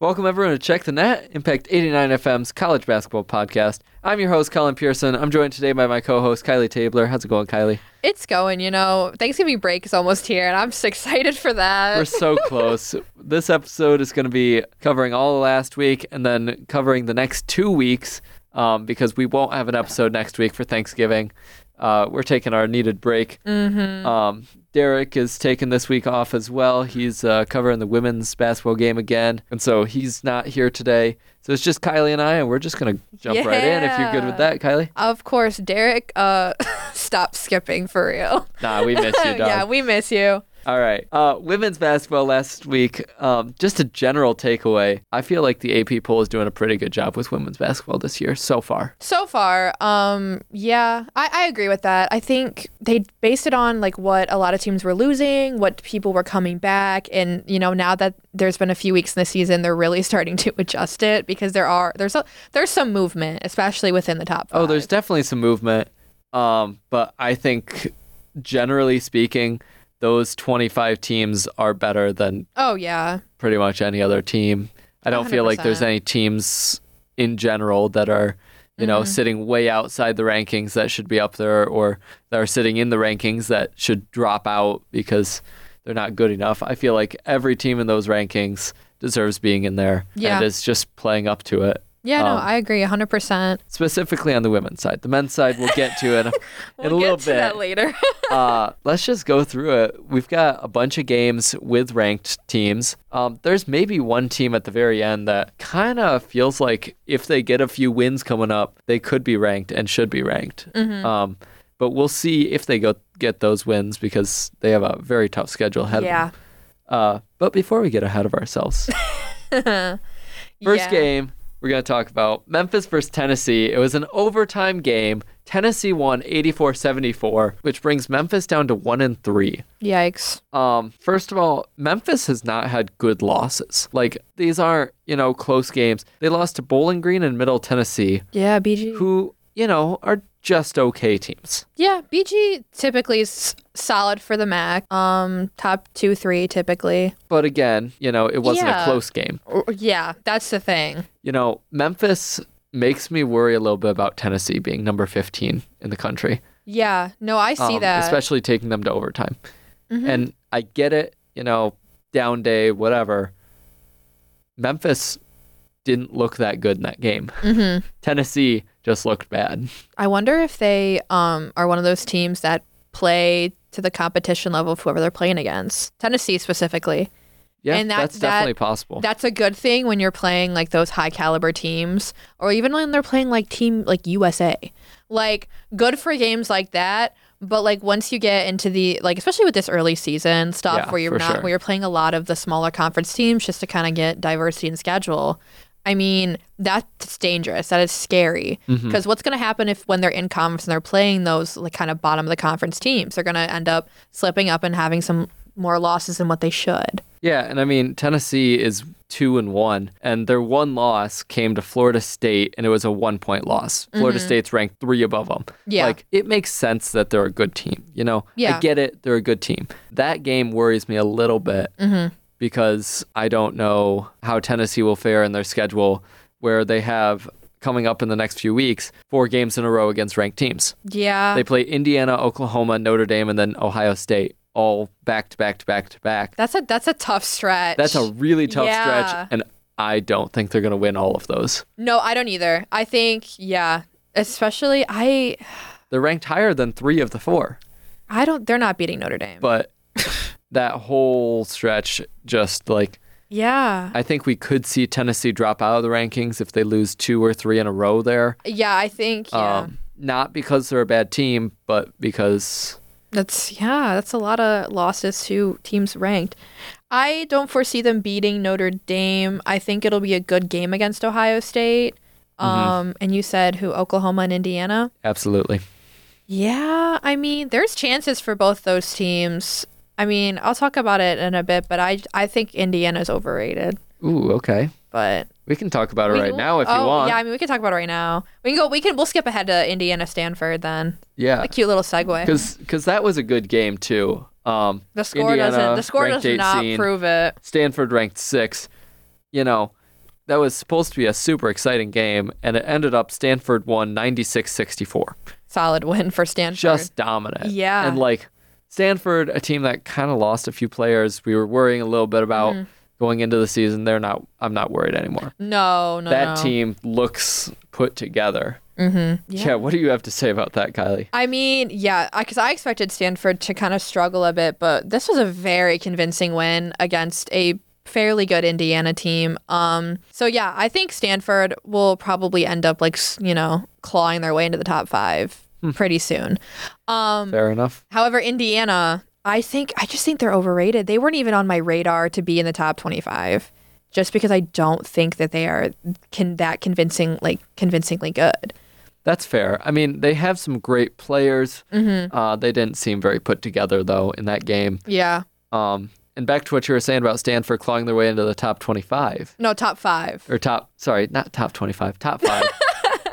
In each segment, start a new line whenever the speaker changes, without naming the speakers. Welcome, everyone, to Check the Net, Impact 89 FM's college basketball podcast. I'm your host, Colin Pearson. I'm joined today by my co host, Kylie Tabler. How's it going, Kylie?
It's going, you know. Thanksgiving break is almost here, and I'm just excited for that.
We're so close. this episode is going to be covering all of last week and then covering the next two weeks um, because we won't have an episode next week for Thanksgiving. Uh, we're taking our needed break.
Mm-hmm.
Um, Derek is taking this week off as well. He's uh, covering the women's basketball game again, and so he's not here today. So it's just Kylie and I, and we're just gonna jump right in. If you're good with
Yeah.
that, Kylie.
of course, Derek, uh, stop skipping for real.
Nah, we miss you, dog.
yeah, we miss you.
All right. Uh, women's basketball last week. Um, just a general takeaway. I feel like the AP poll is doing a pretty good job with women's basketball this year so far.
So far, um, yeah, I, I agree with that. I think they based it on like what a lot of teams were losing, what people were coming back, and you know now that there's been a few weeks in the season, they're really starting to adjust it because there are there's a, there's some movement, especially within the top.
Oh,
five.
there's definitely some movement. Um, but I think, generally speaking, those 25 teams are better than
oh yeah,
pretty much any other team. I don't feel like there's
100%.
any teams in general that are, you know,
Mm-hmm.
sitting way outside the rankings that should be up there or that are sitting in the rankings that should drop out because they're not good enough. I feel like every team in those rankings deserves being in there
Yeah.
and is just playing up to it.
yeah, no,
Um,
I agree, hundred percent. specifically
Specifically on the women's side. The men's side we'll get to in, in a
we'll
little
get
bit
to that later.
uh, let's just go through it. We've got a bunch of games with ranked teams. Um, there's maybe one team at the very end that kind of feels like if they get a few wins coming up, they could be ranked and should be ranked. Um, but we'll see if they go get those wins because they have a very tough schedule ahead
Yeah.
of them. Uh, but before we get ahead of ourselves, First
Yeah.
game we're going to talk about Memphis versus Tennessee. It was an overtime game. Tennessee won 84-74, which brings Memphis down to 1 and 3.
Yikes.
Um, first of all, Memphis has not had good losses. Like these aren't, you know, close games. They lost to Bowling Green and Middle Tennessee,
Yeah, BG.
who, you know, are just okay teams.
yeah, BG typically is solid for the MAC. Um, top two, three typically.
But again, you know, it wasn't a
Yeah.
close game.
Or- Yeah, that's the thing.
You know, Memphis makes me worry a little bit about Tennessee being number 15 in the country.
Yeah, no, I see
um,
that. Mm-hmm.
Especially taking them to overtime. And I get it, you know, down day, whatever. Memphis didn't look that good in that game.
Mm-hmm.
Tennessee just looked bad.
I wonder if they um are one of those teams that play to the competition level of whoever they're playing against. Tennessee specifically.
Yeah,
And that-
that's
that-
definitely possible.
That's a good thing when you're playing like those high caliber teams or even when they're playing like team like USA. Like good for games like that, but like once you get into the like especially with this early season stuff
Yeah,
where you're
for
not
sure.
where you're playing a lot of the smaller conference teams just to kind of get diversity in schedule. I mean, that's dangerous. That is scary. Because
Mm-hmm.
what's going to happen if when they're in conference and they're playing those like kind of bottom of the conference teams, they're going to end up slipping up and having some more losses than what they should.
yeah, and I mean Tennessee is two and one, and their one loss came to Florida State, and it was a one point loss. Florida State's ranked three above them.
Mm-hmm. Yeah.
like it makes sense that they're a good team. You know, I
Yeah.
get it; they're a good team. That game worries me a little bit
Mm-hmm.
because I don't know how Tennessee will fare in their schedule, where they have coming up in the next few weeks four games in a row against ranked teams.
Yeah.
They play Indiana, Oklahoma, Notre Dame, and then Ohio State, all back to back to back to back.
That's a that's a tough stretch.
That's a really tough
Yeah.
stretch, and I don't think they're going to win all of those.
no. I don't either. I think yeah. Especially I
They're ranked higher than three of the four,
I don't. They're not beating Notre Dame.
but that whole stretch just like
yeah.
I think we could see Tennessee drop out of the rankings if they lose two or three in a row there.
yeah. I think yeah.
Um, not because they're a bad team, but because
that's yeah. That's a lot of losses to teams ranked. I don't foresee them beating Notre Dame. I think it'll be a good game against Ohio State.
Mm-hmm.
Um, and you said who Oklahoma and Indiana.
absolutely.
Yeah, I mean, there's chances for both those teams. I mean, I'll talk about it in a bit, but I I think Indiana's overrated.
Ooh, okay.
But
We can talk about it
We-
right now if
oh,
you want.
Yeah, I mean, we can talk about it right now. We can go. We can. We'll skip ahead to Indiana Stanford then.
Yeah,
A cute little segue.
because that was a good game too. Um,
The score
Indiana
doesn't. The score
ranked
does not
18,
prove it.
Stanford ranked six. You know, that was supposed to be a super exciting game, and it ended up Stanford won 96 64.
Solid win for Stanford.
Just dominant.
Yeah.
And like Stanford, a team that kind of lost a few players, we were worrying a little bit about
Mm-hmm.
going into the season. They're not, I'm not worried anymore.
no, no.
That
Oh, no.
team looks put together.
Mm-hmm.
Yeah. What do you have to say about that, Kylie?
I mean, yeah, because I expected Stanford to kind of struggle a bit, but this was a very convincing win against a fairly good Indiana team. Um, so yeah, I think Stanford will probably end up like s- you know clawing their way into the top five
Hmm.
pretty soon. Um,
Fair enough.
however, Indiana, I think I just think they're overrated. They weren't even on my radar to be in the top twenty-five, just because I don't think that they are can that convincing like convincingly good.
That's fair. I mean, they have some great players.
Mm-hmm.
Uh, they didn't seem very put together, though, in that game.
Yeah,
Um, and back to what you were saying about Stanford clawing their way into the top 25
no top five.
or top, sorry, not top 25, top five.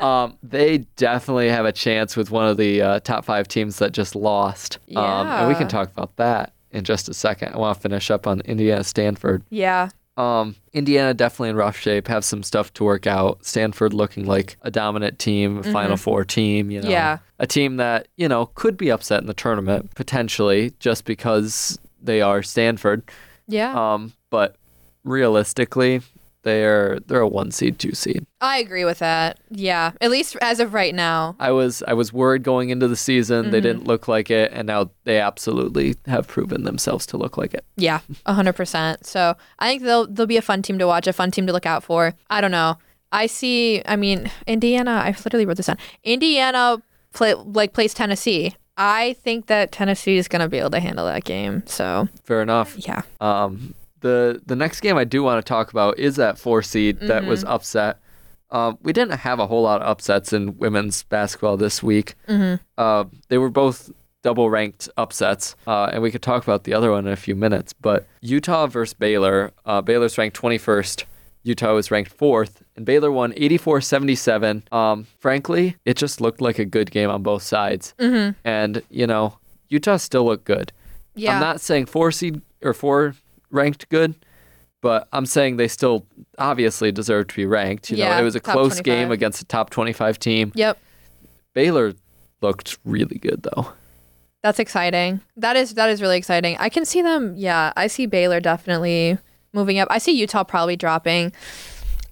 um, they definitely have a chance with one of the uh, top five teams that just lost. Um, and we
Yeah.
can talk about that in just a second. I want to finish up on Indiana Stanford.
Yeah.
Um, Indiana definitely in rough shape, have some stuff to work out. Stanford looking like a dominant team, a Final Four team, you know.
Mm-hmm. Yeah.
A team that, you know, could be upset in the tournament potentially just because they are Stanford.
Yeah.
Um, but realistically, they're they're a one seed, two seed.
I agree with that. Yeah. At least as of right now.
I was I was worried going into the season they didn't look like it, and now they absolutely have proven themselves to look like it.
Yeah. 100%. So I think they'll, they'll be a fun team to watch, a fun team to look out for. I don't know. I see, I mean, Indiana, I literally wrote this down. Indiana play, like plays Tennessee. I think that Tennessee is going to be able to handle that game. So
Fair enough.
yeah.
Um, the the next game I do want to talk about is that four seed that was upset. Um, we didn't have a whole lot of upsets in women's basketball this week. Uh, they were both double ranked upsets, uh, and we could talk about the other one in a few minutes. But Utah versus Baylor. Uh, Baylor's ranked 21st. Utah was ranked fourth, and Baylor won 84 77. Um, frankly, it just looked like a good game on both sides. And, you know, Utah still looked good.
Yeah.
I'm not saying four seed or four ranked good, but I'm saying they still obviously deserve to be ranked. You know,
Yeah,
it was a
top
close
25.
game against a top 25 team.
yep.
Baylor looked really good though.
That's exciting. That is that is really exciting. I can see them. Yeah, I see Baylor definitely moving up. I see Utah probably dropping.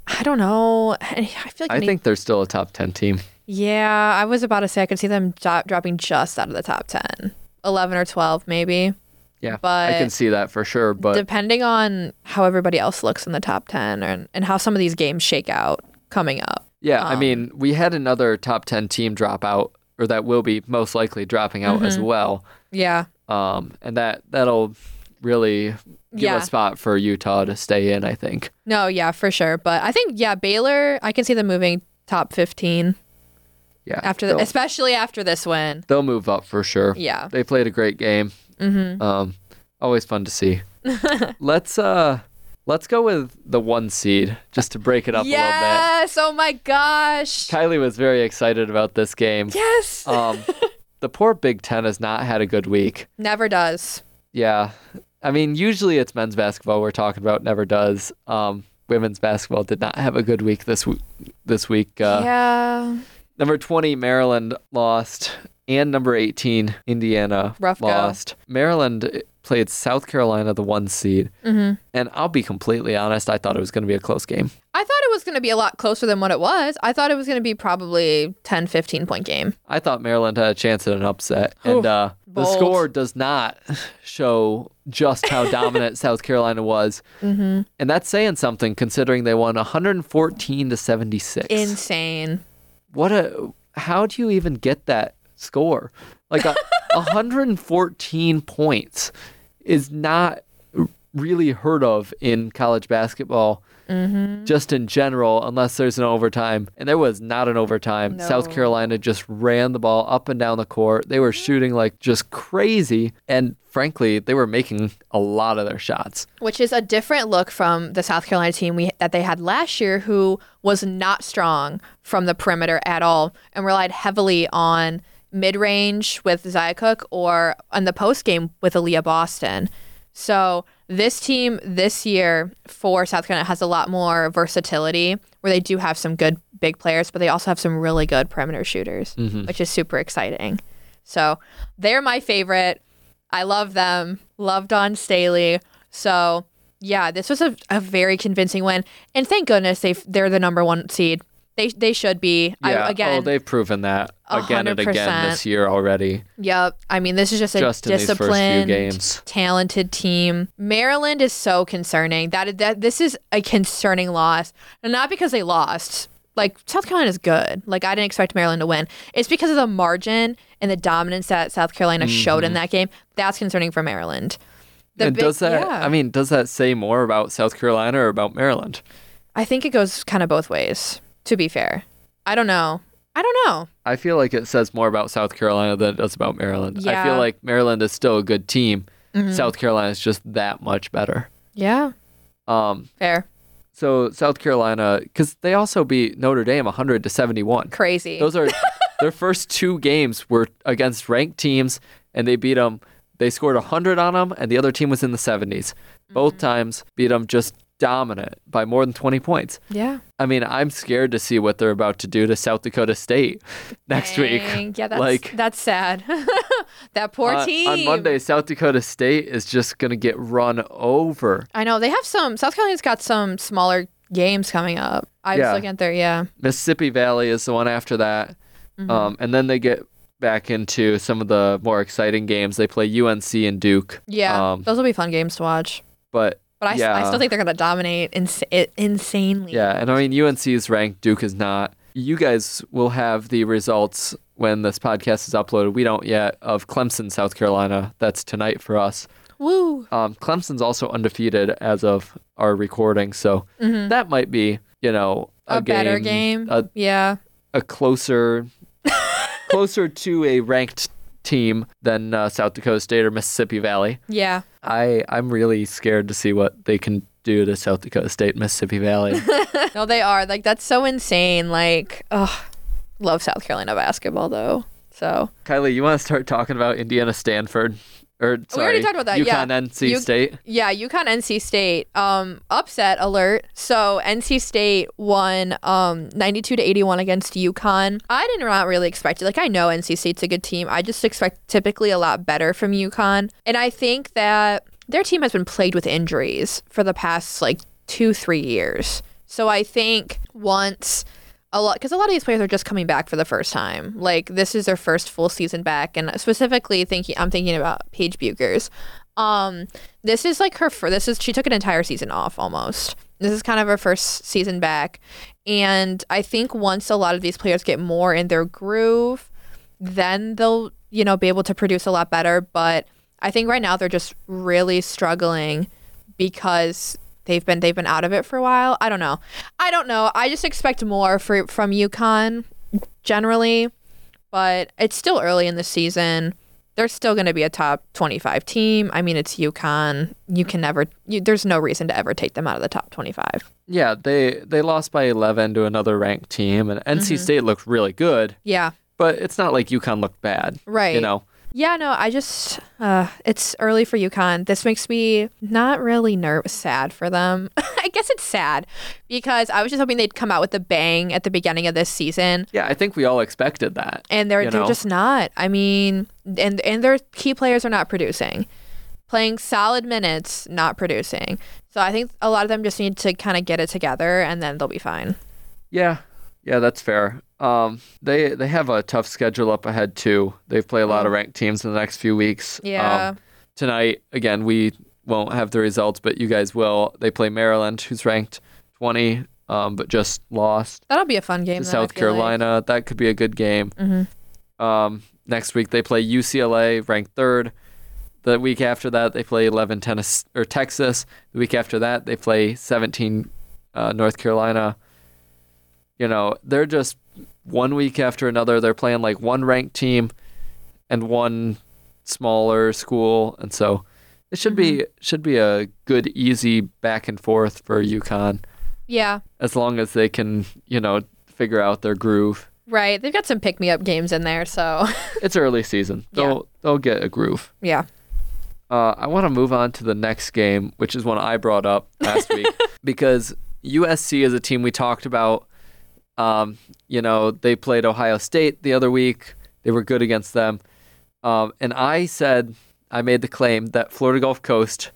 I don't know. I feel like
I
Nate-
think they're still a top 10 team.
yeah. I was about to say I could see them jo- dropping just out of the top 10. 11 or 12 maybe
Yeah,
But-
I can see that for sure. But
depending on how everybody else looks in the top 10 and, and how some of these games shake out coming up
yeah, I mean, we had another top 10 team drop out, or that will be most likely dropping out as
Mm-hmm.
well.
yeah
Um, and that that'll really give
Yeah.
a spot for Utah to stay in. I think.
no yeah for sure but i think yeah baylor i can see them moving top 15
Yeah.
after the,
they'll,
especially after this win
they'll move up for sure.
yeah
They played a great game.
mm-hmm.
Um, always fun to see. let's uh, let's go with the one seed just to break it up a
yes! Oh my gosh.
little bit. Kylie was very excited about this game.
Yes.
Um, the poor Big Ten has not had a good week.
Never does.
Yeah, I mean, usually it's men's basketball we're talking about. Never does. Um, women's basketball did not have a good week this w- this week. Uh,
yeah.
Number 20, Maryland lost. And number 18, Indiana
Rough go.
lost. Maryland played South Carolina, the one seed.
Mhm.
And I'll be completely honest, I thought it was going to be a close game.
I thought it was going to be a lot closer than what it was. I thought it was going to be probably 10, 15 point game.
I thought Maryland had a chance at an upset. and uh, the
bold.
score does not show just how dominant South Carolina was. Mm-hmm. And that's saying something considering they won 114 to 76.
Insane.
what a how do you even get that score like a, 114 points is not r- really heard of in college basketball
Mm-hmm.
just in general unless there's an overtime and there was not an overtime south
No.
carolina just ran the ball up and down the court they were
Mm-hmm.
shooting like just crazy and frankly they were making a lot of their shots
Which is a different look from the South Carolina team we that they had last year, who was not strong from the perimeter at all and relied heavily on mid range with Zaya Cook or on the post game with Aaliyah Boston. So This team this year for South Carolina has a lot more versatility where they do have some good big players, but they also have some really good perimeter shooters, which is super exciting. So they're my favorite. I love them. Love Don Staley. So yeah, this was a, a very convincing win, and thank goodness they they're the number one seed. They they should be.
Yeah.
I, again,
oh, they've proven that
A
again and
hundred
again
percent.
this year already.
Yep. I mean, this is just a
Just in these first few
disciplined,
games.
talented team. Maryland is so concerning. That that this is a concerning loss, and not because they lost. Like South Carolina is good. Like I didn't expect Maryland to win. It's because of the margin and the dominance that South Carolina showed in that game. That's concerning for Maryland.
Mm-hmm.
The
and
big-
does that?
yeah.
I mean, does that say more about South Carolina or about Maryland?
I think it goes kind of both ways. To be fair, I don't know. I don't know.
I feel like it says more about South Carolina than it does about Maryland. I feel
Yeah. Mm-hmm.
like Maryland is still a good team. South Carolina is just that much better.
Yeah,
Um,
fair,
so South Carolina, because they also beat Notre Dame 100 to 71.
crazy.
Those are their first two games were against ranked teams, and they beat them. They scored 100 on them, and the other team was in the 70s. Both
Mm-hmm.
times beat them just dominant by more than 20 points.
yeah.
I mean, I'm scared to see what they're about to do to South Dakota State next
Dang.
week.
Yeah, that's
like
that's sad. that poor
on-
team.
on Monday, South Dakota State is just gonna get run over.
I know they have some. South Carolina's got some smaller games coming up. I
Yeah.
was looking at their yeah.
Mississippi Valley is the one after that,
Mm-hmm.
um, and then they get back into some of the more exciting games. They play UNC and Duke.
Yeah,
Um,
those will be fun games to watch.
but
But I, s- I
yeah.
still think they're gonna dominate ins- i- insanely.
Yeah, and I mean UNC is ranked, Duke is not. You guys will have the results when this podcast is uploaded. We don't yet of Clemson, South Carolina. That's tonight for us.
Woo.
Um, Clemson's also undefeated as of our recording, so that might be you know a,
Mm-hmm. A, better game.
a,
yeah.
a closer, closer to a ranked team than uh, South Dakota State or Mississippi Valley.
Yeah.
I I'm really scared to see what they can do to South Dakota State, Mississippi Valley.
no, they are like that's so insane. Like, ugh, love South Carolina basketball though. So
Kylie, you want to start talking about Indiana Stanford? Or sorry,
already talked about that, yeah.
UConn NC
You-
State.
Yeah, UConn NC State. Um, upset alert. So NC State won um 92 to 81 against UConn. I did not really expect it. Like I know NC State's a good team. I just expect typically a lot better from UConn. And I think that their team has been plagued with injuries for the past like two, three years. So I think once a lot because a lot of these players are just coming back for the first time. Like this is their first full season back, and specifically thinking I'm thinking about Paige Buchers. Um, this is like her first. This is she took an entire season off almost. This is kind of her first season back, and I think once a lot of these players get more in their groove, then they'll you know be able to produce a lot better. But I think right now they're just really struggling because they've been they've been out of it for a while. I don't know. I don't know. I just expect more for, from UConn generally, but it's still early in the season. They're still going to be a top 25 team. I mean, it's UConn. You can never you, there's no reason to ever take them out of the top 25.
Yeah, they they lost by 11 to another ranked team, and NC
Mm-hmm.
State looked really good,
Yeah.
but it's not like UConn looked bad.
Right.
You know,
Yeah, no, I just uh it's early for UConn. This makes me not really nervous sad for them. I guess it's sad because I was just hoping they'd come out with a bang at the beginning of this season.
yeah, I think we all expected that.
and they're
you know?
they're just not. I mean, and and their key players are not producing, playing solid minutes, not producing. So I think a lot of them just need to kind of get it together, and then they'll be fine.
Yeah, yeah, that's fair. Um, they they have a tough schedule up ahead too. They've played a lot of ranked teams in the next few weeks.
Mm. Yeah.
Um, tonight again, we won't have the results, but you guys will. They play Maryland, who's ranked 20, um, but just lost.
That'll be a fun game.
to
though, I
South
feel like. Mm-hmm.
Carolina. That could be a good game. Um, next week they play UCLA, ranked third. The week after that they play 11 tennis or Texas. The week after that they play 17 uh, North Carolina. You know they're just one week after another. They're playing like one ranked team and one smaller school, and so it should be
Mm-hmm.
should be a good easy back and forth for UConn
Yeah,
as long as they can, you know, figure out their groove.
right. They've got some pick me up games in there, so
It's early season. They'll they'll get a groove.
yeah.
Uh, I want to move on to the next game, which is one I brought up last week because USC is a team we talked about. Um, you know, they played Ohio State the other week. They were good against them. Um, and I said, I made the claim that Florida Gulf Coast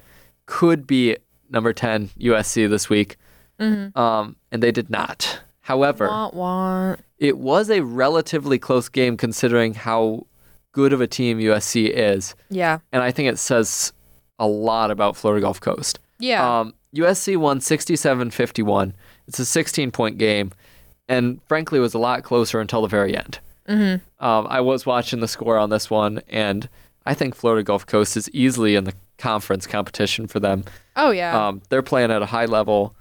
could be number 10 USC this week. Um, and they did not. However,
Want want.
it was a relatively close game considering how good of a team USC is.
Yeah.
And I think it says a lot about Florida Gulf Coast.
Yeah.
Um, USC won 67 51. It's a 16 point game. And frankly, it was a lot closer until the very end. Mm-hmm. Um, I was watching the score on this one, and I think Florida Gulf Coast is easily in the conference competition for them.
oh yeah.
Um, they're playing at a high level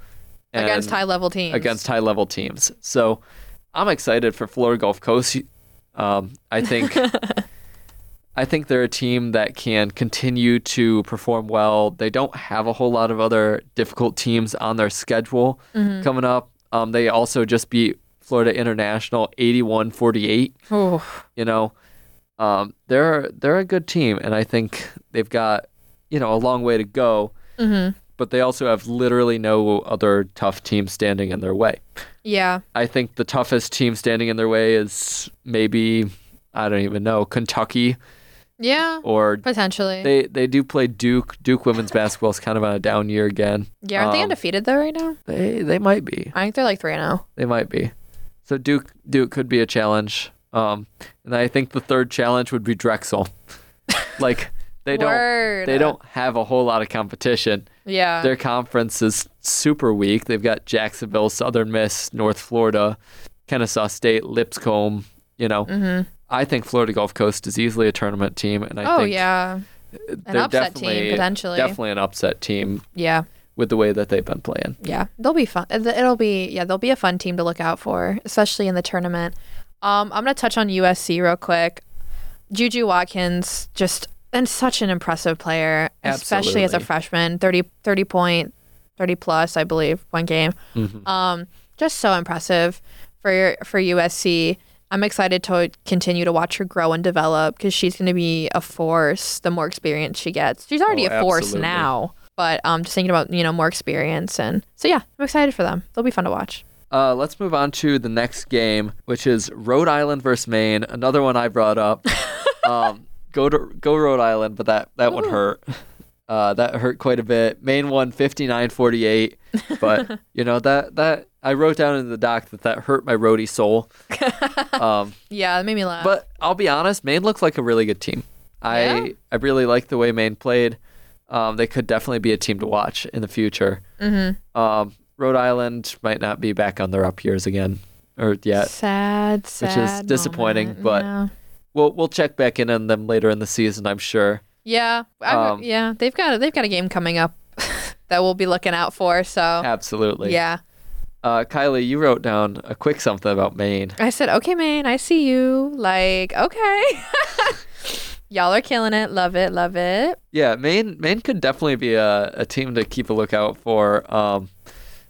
and
against high level teams.
against high level teams. So I'm excited for Florida Gulf Coast. Um, I think I think they're a team that can continue to perform well. They don't have a whole lot of other difficult teams on their schedule coming up. Um, they also just beat Florida International 81-48.
Ooh.
You know, um, they're they're a good team, and I think they've got you know a long way to go. But they also have literally no other tough team standing in their way.
Yeah.
I think the toughest team standing in their way is maybe I don't even know Kentucky
Yeah.
or
Potentially.
they they do play Duke. Duke women's basketball is kind of on a down year again.
yeah. Aren't they
um,
undefeated though right now?
They they might be.
I think they're like three and oh. zero.
They might be. So Duke Duke could be a challenge. Um, and I think the third challenge would be Drexel. like they don't
Word.
they don't have a whole lot of competition.
Yeah.
Their conference is super weak. They've got Jacksonville, Southern Miss, North Florida, Kennesaw State, Lipscomb. You know, I think Florida Gulf Coast is easily a tournament team, and I
Mm-hmm. oh
think
yeah. An
they're
upset team,
definitely
potentially.
definitely an upset team
Yeah.
with the way that they've been playing.
Yeah, they'll be fun. it- It'll be yeah, they'll be a fun team to look out for, especially in the tournament. Um, I'm gonna touch on USC real quick. Juju Watkins just and such an impressive player, especially as a
Absolutely.
freshman. 30, 30 point, 30 plus, I believe, one game.
Mm.
Um, just so impressive for for USC. I'm excited to continue to watch her grow and develop because she's going to be a force the more experience she gets. She's already
Oh,
a force
absolutely.
now, but um, just thinking about you know more experience and so yeah, I'm excited for them. They'll be fun to watch.
Uh, let's move on to the next game, which is Rhode Island versus Maine. Another one I brought up. um, go to go Rhode Island, but that that one hurt. Uh, that hurt quite a bit. Maine won 59-48, but you know that that I wrote down in the doc that that hurt my roadie soul. Um,
Yeah, that made me laugh.
but I'll be honest, Maine looked like a really good team. I
Yeah?
I really liked the way Maine played. Um, they could definitely be a team to watch in the future. Mm-hmm. Um, Rhode Island might not be back on their up years again or yet.
sad, sad, moment,
disappointing, but-
yeah.
We'll we'll check back in on them later in the season, I'm sure.
yeah, I-
Um,
yeah, they've got a, they've got a game coming up that we'll be looking out for. So
Absolutely.
yeah,
Uh, Kylie, you wrote down a quick something about Maine.
I said, okay, man, I see you. Like, okay. Y'all are killing it. Love it. Love it.
Yeah, Maine Maine could definitely be a, a team to keep a lookout for. Um,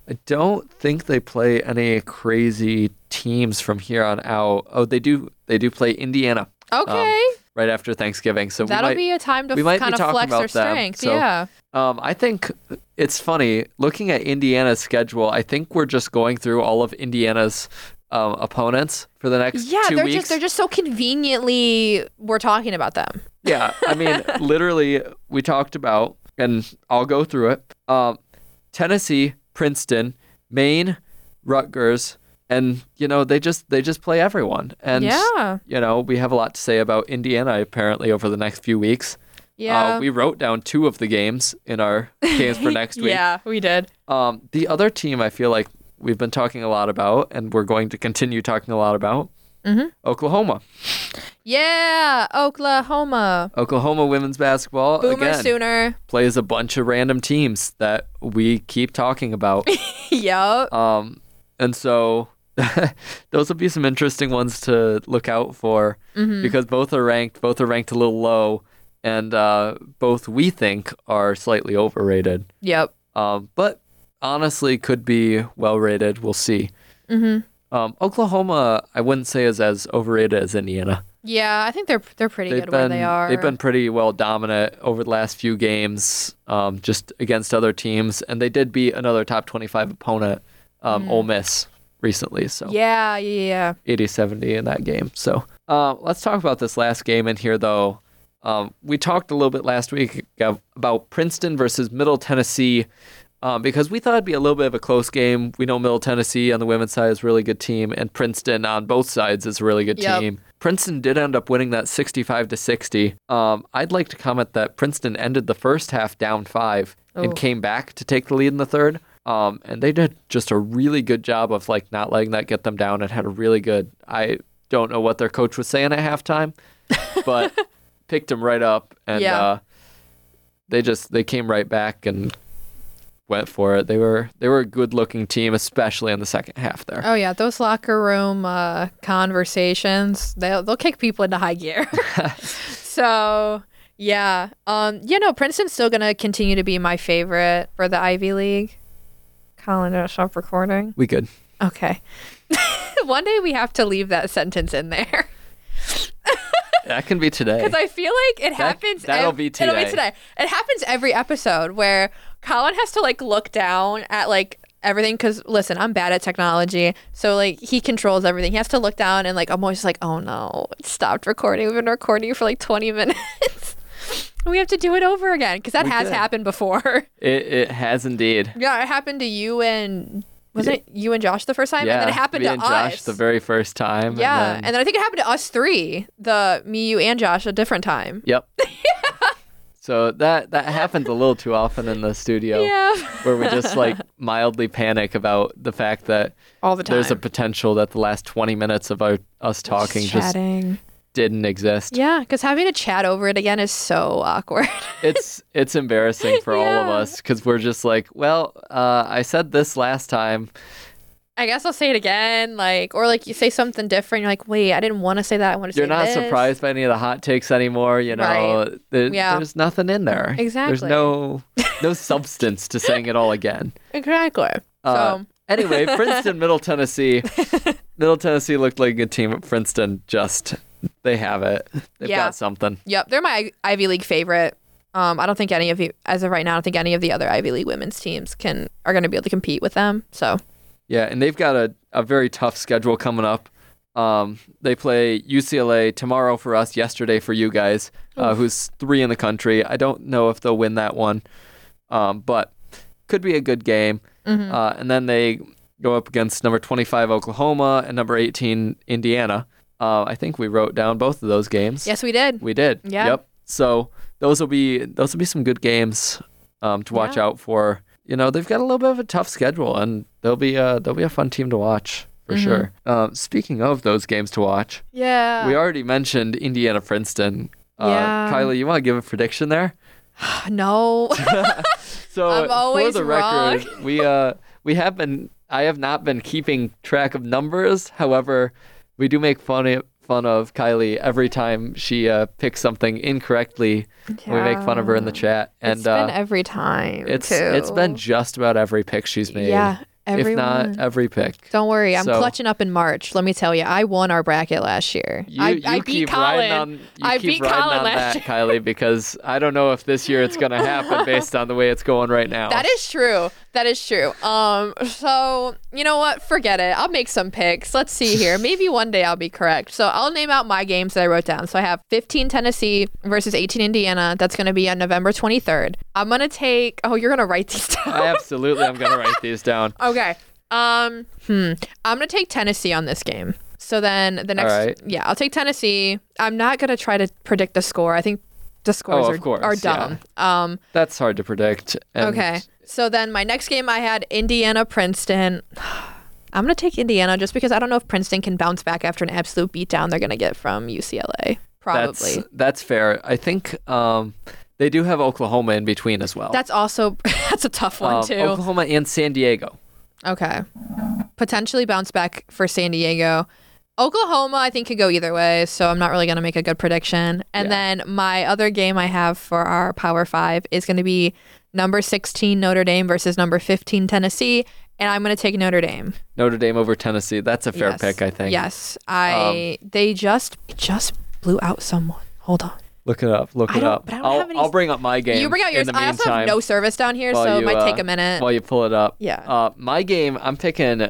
I don't think they play any crazy teams from here on out. Oh, they do they do play Indiana
Okay.
right after Thanksgiving. So Um, we
That'll
might-
be a time to
we might be
kind of
talking
flex
about
their
them,
strength.
so-
yeah.
um, I think it's funny looking at Indiana's schedule. I think we're just going through all of Indiana's um, opponents for the next
Yeah,
2
they're
weeks.
just they're just so conveniently we're talking about them.
Yeah, I mean, literally, we talked about, and I'll go through it. Um, Tennessee, Princeton, Maine, Rutgers, and you know they just they just play everyone. And
Yeah.
you know we have a lot to say about Indiana apparently over the next few weeks.
Yeah.
uh, we wrote down two of the games in our games for next week.
Yeah, we did.
Um, the other team I feel like we've been talking a lot about, and we're going to continue talking a lot about.
Mm-hmm.
Oklahoma,
Yeah, Oklahoma.
Oklahoma women's basketball
Boomer
again.
sooner.
plays a bunch of random teams that we keep talking about.
yep.
um, and so those will be some interesting ones to look out for because both are ranked, both are ranked a little low, and uh, both we think are slightly overrated.
Yep.
Um, but honestly, could be well rated. We'll see. Mm-hmm. Um, Oklahoma, I wouldn't say is as overrated as Indiana.
Yeah, I think they're they're pretty
They've
good
been
where they are.
they've been pretty well dominant over the last few games, um, just against other teams, and they did beat another top twenty-five opponent, um, Ole Miss, recently. So
Mm. Yeah, yeah, yeah.
80 70 in that game. So uh, let's talk about this last game in here, though. Um, we talked a little bit last week ab- about Princeton versus Middle Tennessee um, because we thought it'd be a little bit of a close game. We know Middle Tennessee on the women's side is a really good team, and Princeton on both sides is a really good
Yep.
team. Princeton did end up winning that 65 to 60. Um, I'd like to comment that Princeton ended the first half down five
Ooh.
and came back to take the lead in the third. Um, and they did just a really good job of like not letting that get them down and had a really good I don't know what their coach was saying at halftime, but picked them right up and
Yeah.
uh, they just they came right back and went for it. They were they were a good looking team, especially in the second half there.
Oh yeah, those locker room uh, conversations they'll they'll kick people into high gear. so yeah, um, you know Princeton's still gonna continue to be my favorite for the Ivy League. Colin, don't stop recording.
We good.
Okay, one day we have to leave that sentence in there
That can be today.
because I feel like it happens.
that'll be
It'll
today.
be today. It happens every episode where Colin has to like look down at like everything because listen, I'm bad at technology, so like he controls everything. He has to look down and like I'm always like, oh no, it stopped recording. We've been recording for like 20 minutes. we have to do it over again because that
We
has
did.
happened before.
It it has indeed.
yeah, it happened to you and wasn't it you and Josh the first time? and then it happened
me
to
and
us.
Josh the very first time.
yeah,
and then,
I think it happened to us three, the me, you, and Josh, a different time.
yep. So that that happens a little too often in the studio,
Yeah,
where we just like mildly panic about the fact that
all the time.
there's a potential that the last 20 minutes of our, us talking just
chatting.
didn't exist.
yeah, because having to chat over it again is so awkward.
It's it's embarrassing for all of
Yeah.
us because we're just like, well, uh, I said this last time.
I guess I'll say it again, like, or like you say something different. You're like, wait, I didn't want to say that. I want to say
You're not
this."
surprised by any of the hot takes anymore. You know,
Right.
There-
Yeah.
there's nothing in there. There's
Exactly.
no no substance to saying it all again.
Exactly.
Uh,
so
Anyway, Princeton, Middle Tennessee. Middle Tennessee looked like a good team. Princeton just they have it. They've
Yeah.
got something.
yep, they're my Ivy League favorite. Um, I don't think any of you, as of right now, I don't think any of the other Ivy League women's teams can are going to be able to compete with them. So
Yeah, and they've got a, a very tough schedule coming up. Um, they play UCLA tomorrow for us, yesterday for you guys, uh, who's three in the country. I don't know if they'll win that one, um, but could be a good game. Uh, and then they go up against number 25 Oklahoma and number 18 Indiana. Uh, I think we wrote down both of those games.
yes, we did.
We did.
Yeah.
Yep. So those will be those will be some good games um, to watch
Yeah.
out for. You know, they've got a little bit of a tough schedule, and they'll be uh, they'll be a fun team to watch for
Mm-hmm.
sure. Um, speaking of those games to watch,
yeah.
we already mentioned Indiana Princeton. Uh,
Uh. Yeah.
Kylie, you want to give a prediction there?
No.
So
I'm always
for the record, we uh we have been I have not been keeping track of numbers. However, we do make fun fun of Kylie every time she uh, picks something incorrectly. and We make fun of her in the chat, and
it's
uh,
been every time.
it's
too.
it's been just about every pick she's made.
yeah. Everyone.
if not every pick.
Don't worry, I'm
So-
clutching up in March. Let me tell you, I won our bracket last year.
You,
I,
you
I beat
keep
Colin.
riding on, you
I
keep
beat
riding
Colin
on
last
that, Kylie, because I don't know if this year it's going to happen based on the way it's going right now.
That is true. That is true. Um, so you know what? Forget it. I'll make some picks. Let's see here. Maybe one day I'll be correct. So I'll name out my games that I wrote down. So I have 15 Tennessee versus 18 Indiana. That's going to be on November 23rd. I'm gonna take. Oh, you're gonna write these down.
I absolutely am going to write these down.
Okay. Um. Hmm. I'm gonna take Tennessee on this game. So then the next.
right.
Yeah, I'll take Tennessee. I'm not gonna try to predict the score. I think the scores
Oh, of
are
course,
are
yeah.
dumb. Um.
That's hard to predict. And
Okay. So then my next game, I had Indiana Princeton. I'm gonna take Indiana just because I don't know if Princeton can bounce back after an absolute beatdown they're gonna get from UCLA. Probably.
That's that's fair. I think um, they do have Oklahoma in between as well.
That's also that's a tough one
Um,
too.
Oklahoma and San Diego.
Okay. Potentially bounce back for San Diego. Oklahoma, I think, could go either way, so I'm not really going to make a good prediction. And then my other game I have for our Power Five is going to be number 16 Notre Dame versus number 15 Tennessee, and I'm going to take Notre Dame.
Notre Dame over Tennessee. That's a fair
Yes.
pick, I think.
Yes, I. they just just blew out someone. Hold on.
Look it up. Look
I
it
don't-
up.
but I don't
will
have any-
I'll bring up my game.
You bring out
in
yours.
the
I also
meantime
have no service down here, so
while
it might
you, uh,
take a minute.
While you pull it up.
Yeah.
Uh, my game, I'm picking.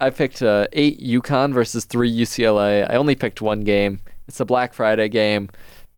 I picked uh, eight UConn versus three UCLA. I only picked one game. It's a Black Friday game.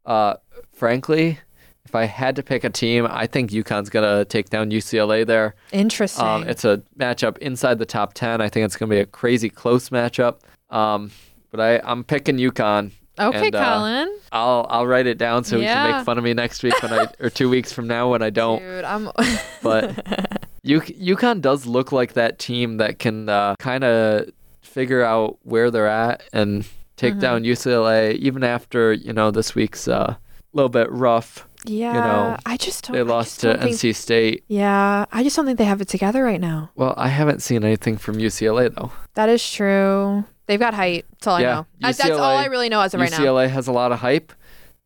Uh, frankly, if I had to pick a team, I think UConn's gonna take down UCLA there.
Interesting.
Um, it's a matchup inside the top ten. I think it's gonna be a crazy close matchup. Um, but I, I'm picking UConn.
okay,
and, uh,
Colin.
I'll I'll write it down so you can
Yeah.
make fun of me next week when I or two weeks from now when I don't
Dude, I'm.
but U- UConn does look like that team that can uh, kind of figure out where they're at and take
Mm-hmm.
down UCLA, even after you know this week's uh, little bit rough.
yeah,
know,
I just don't.
They
Oh, I
lost
just
to
don't think-
NC State.
Yeah, I just don't think they have it together right now.
Well, I haven't seen anything from UCLA though.
That is true. They've got height. That's all
Yeah,
I know. I- that's all
UCLA
I really know as of right now.
UCLA has a lot of hype.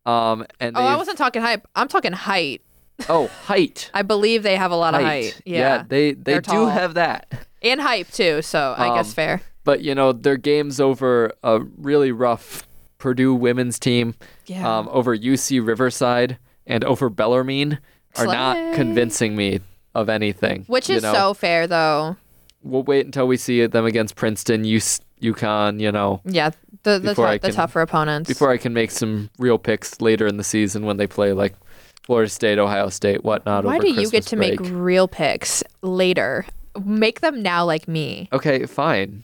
Um, and
Oh, I
they've-
wasn't talking hype. I'm talking height.
oh height.
I believe they have a lot of height. Yeah.
they they
They're
do
tall.
have that.
and hype too, so I
Um,
guess fair.
But you know their games over a really rough Purdue women's team.
Yeah.
um, over UC Riverside and over Bellarmine are not
Slay.
convincing me of anything.
Which
you
is
know?
so fair though.
We'll wait until we see them against Princeton, US, UConn. You know,
Yeah. The the,
Before I
tou- the
can-
tougher opponents.
before I can make some real picks later in the season when they play like Florida State, Ohio State, whatnot.
Why
over
do you
Christmas
get to
break.
make real picks later? Make them now like me.
Okay, fine.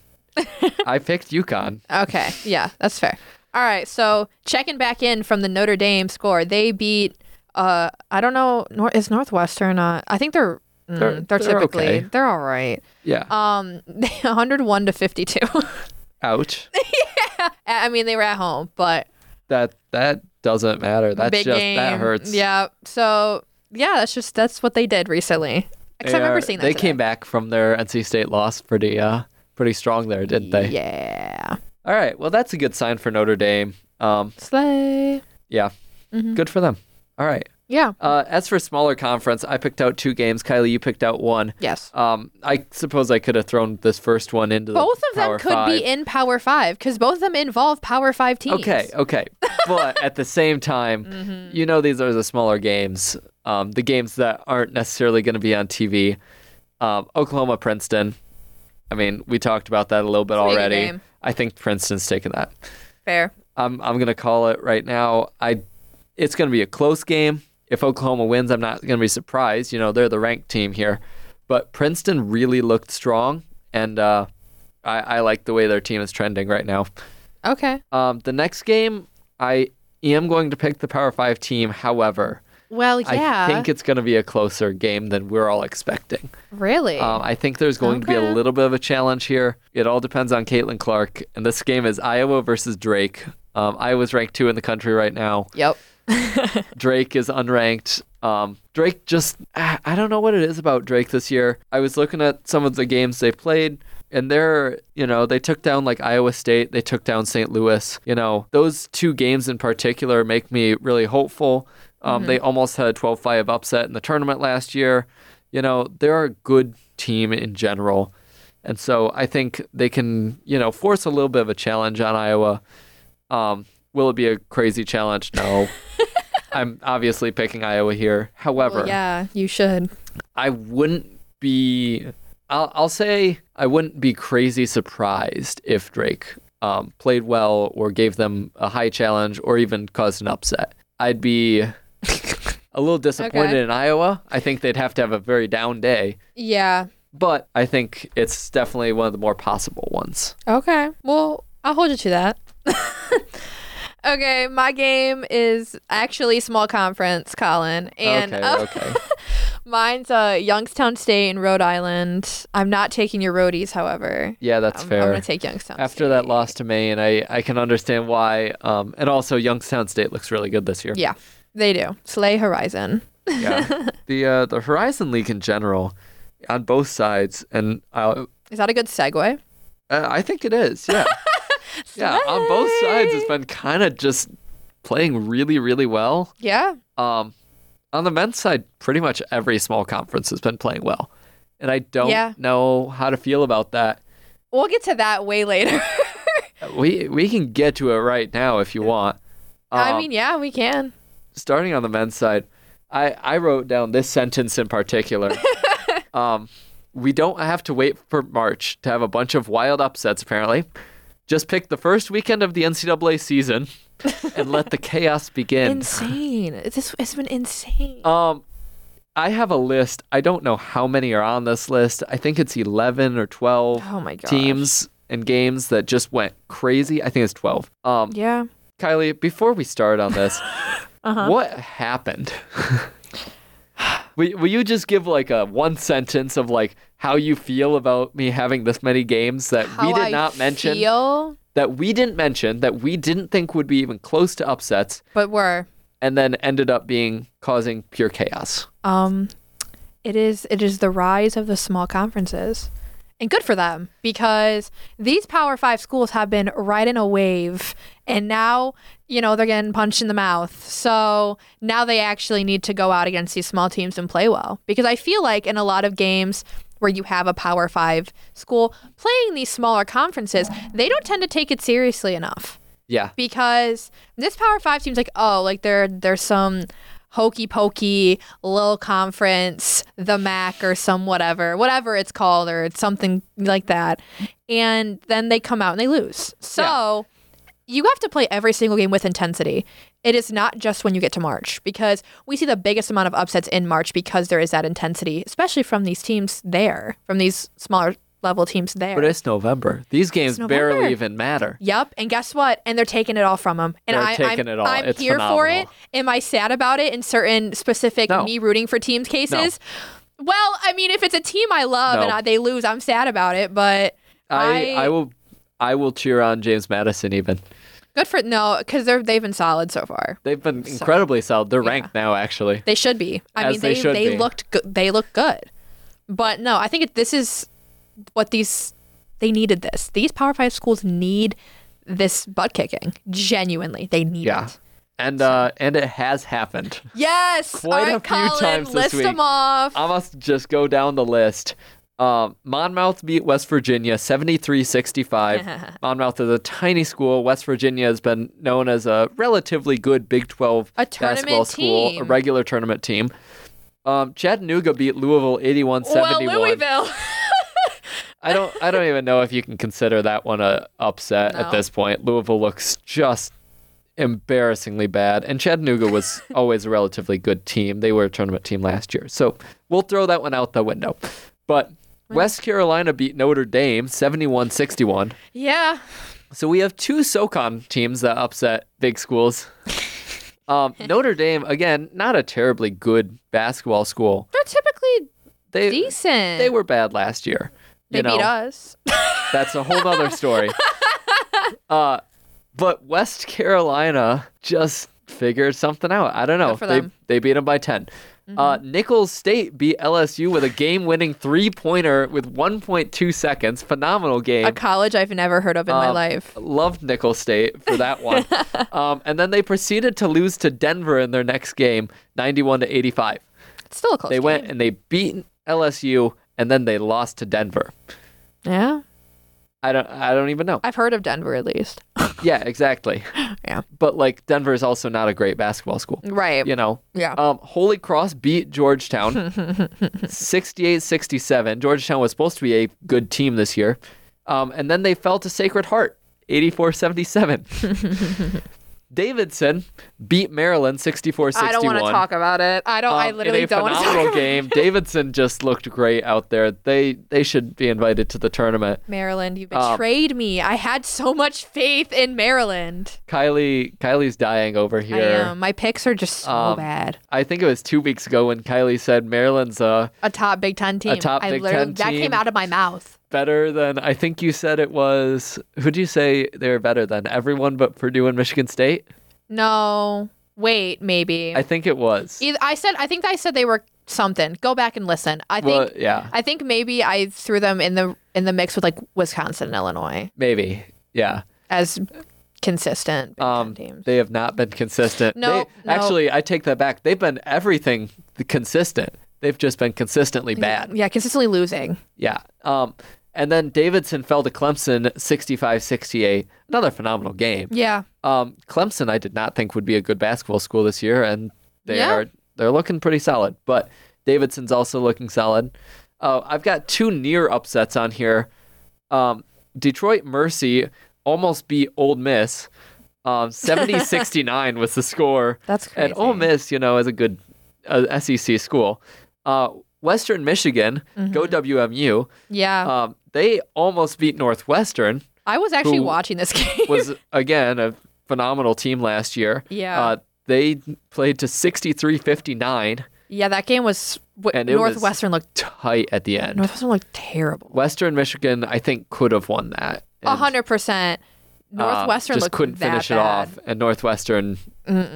I picked UConn.
Okay. Yeah, that's fair. All right. So checking back in from the Notre Dame score, they beat. Uh, I don't know. Nor- is Northwestern? Uh, I think they're. mm,
They're-
they're,
they're
typically
okay.
they're all right.
Yeah,
Um, 101 to 52.
ouch.
I mean, they were at home, but
That that doesn't matter. That's
big
just
game.
that hurts.
Yeah. So yeah, that's just that's what they did recently. 'Cause I
They
remember
are-
seeing that.
They
today.
came back from their NC State loss pretty uh pretty strong there, didn't they?
Yeah.
All right. Well, that's a good sign for Notre Dame. Um,
Slay.
yeah,
Mm-hmm.
good for them. All right.
Yeah.
Uh, as for smaller conference, I picked out two games. Kylie, you picked out one.
Yes.
Um, I suppose I could have thrown this first one into the
both of them
Power
could
Five.
be in Power Five because both of them involve Power Five teams.
Okay, okay, but at the same time,
Mm-hmm.
you know these are the smaller games, um, the games that aren't necessarily going to be on TV. Um, Oklahoma, Princeton. I mean, we talked about that a little bit
It's a big
already.
game.
I think Princeton's taking that.
Fair.
I'm I'm gonna call it right now. I it's gonna be a close game. If Oklahoma wins, I'm not gonna be surprised. You know, they're the ranked team here. But Princeton really looked strong and uh I, I like the way their team is trending right now.
Okay.
Um, the next game, I am going to pick the Power Five team. However,
Well, yeah.
I think it's going to be a closer game than we're all expecting.
really.
Um, I think there's going to be
Okay.
a little bit of a challenge here. It all depends on Caitlin Clark. And this game is Iowa versus Drake. Um, Iowa's ranked two in the country right now.
yep.
Drake is unranked. Um, Drake just, I I don't know what it is about Drake this year. I was looking at some of the games they played, and they're, you know, they took down like Iowa State, they took down St. Louis. You know, those two games in particular make me really hopeful. Um, They almost had a 12 5 upset in the tournament last year. You know, they're a good team in general. And so I think they can, you know, force a little bit of a challenge on Iowa. Um, will it be a crazy challenge? No. I'm obviously picking Iowa here. However,
Well, yeah, you should.
I wouldn't be. I'll, I'll say I wouldn't be crazy surprised if Drake um, played well or gave them a high challenge or even caused an upset. I'd be a little disappointed
Okay.
in Iowa. I think they'd have to have a very down day,
Yeah.
but I think it's definitely one of the more possible ones.
Okay. Well, I'll hold you to that. okay, my game is actually small conference, Colin, and
okay,
oh,
okay.
mine's uh, Youngstown State in Rhode Island. I'm not taking your roadies, however.
Yeah, that's
I'm,
fair.
I'm gonna take Youngstown.
After that loss to Maine, I, I can understand why. Um, and also, Youngstown State looks really good this year.
State. yeah, they do. Slay Horizon.
yeah. the uh, the Horizon League in general, on both sides, and uh,
Is that a good segue?
uh, I think it is. Yeah, yeah. On both sides, it's been kind of just playing really, really well.
Yeah.
Um, on the men's side, pretty much every small conference has been playing well, and I don't
Yeah.
know how to feel about that.
We'll get to that way later.
We we can get to it right now if you want.
I
Um,
mean, yeah, we can.
starting on the men's side, I, I wrote down this sentence in particular. um, we don't have to wait for March to have a bunch of wild upsets, apparently. Just pick the first weekend of the NCAA season and let the chaos begin.
Insane. This has been insane.
Um, I have a list. I don't know how many are on this list. I think it's 11 or 12
Oh my gosh.
teams and games that just went crazy. I think it's 12. Um,
Yeah.
Kylie, before we start on this,
Uh-huh.
what happened? will, will you just give like a one sentence of like how you feel about me having this many games that we
How
did
I
not mention,
feel,
that we didn't mention, that we didn't think would be even close to upsets,
but we're
and then ended up being causing pure chaos?
um it is it is the rise of the small conferences and good for them because these power five schools have been riding a wave and now you know they're getting punched in the mouth so now they actually need to go out against these small teams and play well because i feel like in a lot of games where you have a power five school playing these smaller conferences they don't tend to take it seriously enough
Yeah.
because this Power Five seems like oh, like there there's some hokey pokey little conference, the MAC or some whatever, whatever it's called or it's something like that, and then they come out and they lose. So. You have to play every single game with intensity. It is not just when you get to March because we see the biggest amount of upsets in March because there is that intensity, especially from these teams there, from these smaller level teams there.
But it's November. These games
November.
barely even matter.
Yep, and guess what? And they're taking it all from him. And
They're
I,
taking
I'm,
it all.
I'm
It's
here for it.
phenomenal.
Am I sad about it in certain specific
No.
me rooting for teams cases? Well, I mean, if it's a team I love and
No.
I, they lose, I'm sad about it. But
I,
I-
I will I will cheer on James Madison even.
good for no, because they're they've been solid so far.
They've been incredibly solid. They're ranked now actually.
They should be. I
As
mean,
they
they
should
they
be.
looked good. They look good. But no, I think it, this is what these they needed. This these Power Five schools need this butt kicking. Genuinely, they need
Yeah.
it.
And uh and it has happened.
Yes.
Quite
All right,
a few
Colin,
times this
list
week. Uh,
them off.
I must just go down the list. Um, Monmouth beat West Virginia 73 65. Monmouth is a tiny school. West Virginia has been known as a relatively good Big 12
A tournament
basketball school, a
team.
regular tournament team. Um, Chattanooga beat Louisville 81
well,
71.
Louisville.
I don't I don't even know if you can consider that one a upset at
No.
this point. Louisville looks just embarrassingly bad and Chattanooga was always a relatively good team. They were a tournament team last year. So, we'll throw that one out the window. But West Carolina beat Notre Dame 71-61.
yeah.
So we have two SoCon teams that upset big schools. Um, Notre Dame again, not a terribly good basketball school.
They're typically
They
decent.
they were bad last year.
They
you know.
beat us.
That's a whole other story. uh, but West Carolina just figured something out. I don't know.
Good for
They,
them. Mm-hmm.
they beat them by 10. Uh, Nichols State beat LSU with a game winning three pointer with 1.2 seconds. Phenomenal game.
A college I've never heard of in my
Um,
life.
Loved Nichols State for that one. um, and then they proceeded to lose to Denver in their next game, 91 to 85.
It's still a close
They
game.
went and they beat LSU and then they lost to Denver.
Yeah.
I don't I don't even know.
I've heard of Denver at least.
Yeah, exactly.
Yeah.
But like Denver is also not a great basketball school.
Right.
You know.
Yeah.
Um, Holy Cross beat Georgetown 68-67. Georgetown was supposed to be a good team this year. Um, and then they fell to Sacred Heart 84-77. Davidson beat Maryland 64-61.
I don't want to talk about it. I don't. I
Um,
literally
in a
don't want to talk
phenomenal
about
game. Davidson just looked great out there. They they should be invited to the tournament.
Maryland. You
Um,
betrayed me. I had so much faith in Maryland.
Kylie Kylie's dying over here.
I am. My picks are just so
Um,
bad.
I think it was two weeks ago when Kylie said Maryland's uh,
A top Big Ten team.
top
I
Big
literally,
Ten
That
team.
came out of my mouth.
better than I think you said it was. Who'd you say they were better than? Everyone but Purdue and Michigan State.
No. Wait, maybe.
I think it was.
Either, I said I think I said they were something. Go back and listen. I think
Well, yeah,
I think maybe I threw them in the in the mix with like Wisconsin and Illinois
maybe. Yeah,
as consistent Big
um,
Ten teams.
they have not been consistent.
No,
They-
no.
actually, I take that back. They've been everything consistent. They've just been consistently bad.
Yeah, consistently losing.
Yeah. Um, And then Davidson fell to Clemson 65 68. Another phenomenal game.
Yeah.
Um, Clemson, I did not think would be a good basketball school this year, and they
Yeah.
are they're looking pretty solid. But Davidson's also looking solid. Uh, I've got two near upsets on here. Um, Detroit Mercy almost beat Old Miss. Um, 70 69 was the score.
That's
And Ole
crazy.
Miss, you know, is a good uh, SEC school. Uh, Western Michigan, go
Mm-hmm.
WMU.
Yeah.
Um, they almost beat Northwestern.
I was actually
who
watching this game.
Was again a phenomenal team last year.
Yeah.
Uh, they played to 63-59,
yeah, that game was. W-
And it was-
Northwestern looked.
tight at the end.
Northwestern looked terrible.
Western Michigan, I think, could have won that.
A
And,
hundred percent.
uh,
Northwestern
just
looked
couldn't
that
finish it
bad.
off, and Northwestern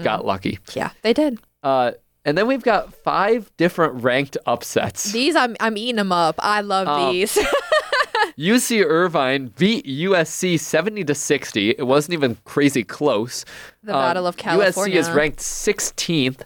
got lucky.
Yeah, they did.
Uh, and then we've got five different ranked upsets.
These I'm I'm eating them up. I love
Um,
these.
UC Irvine beat USC 70 to 60. It wasn't even crazy close. Um,
The Battle of California.
USC is ranked 16th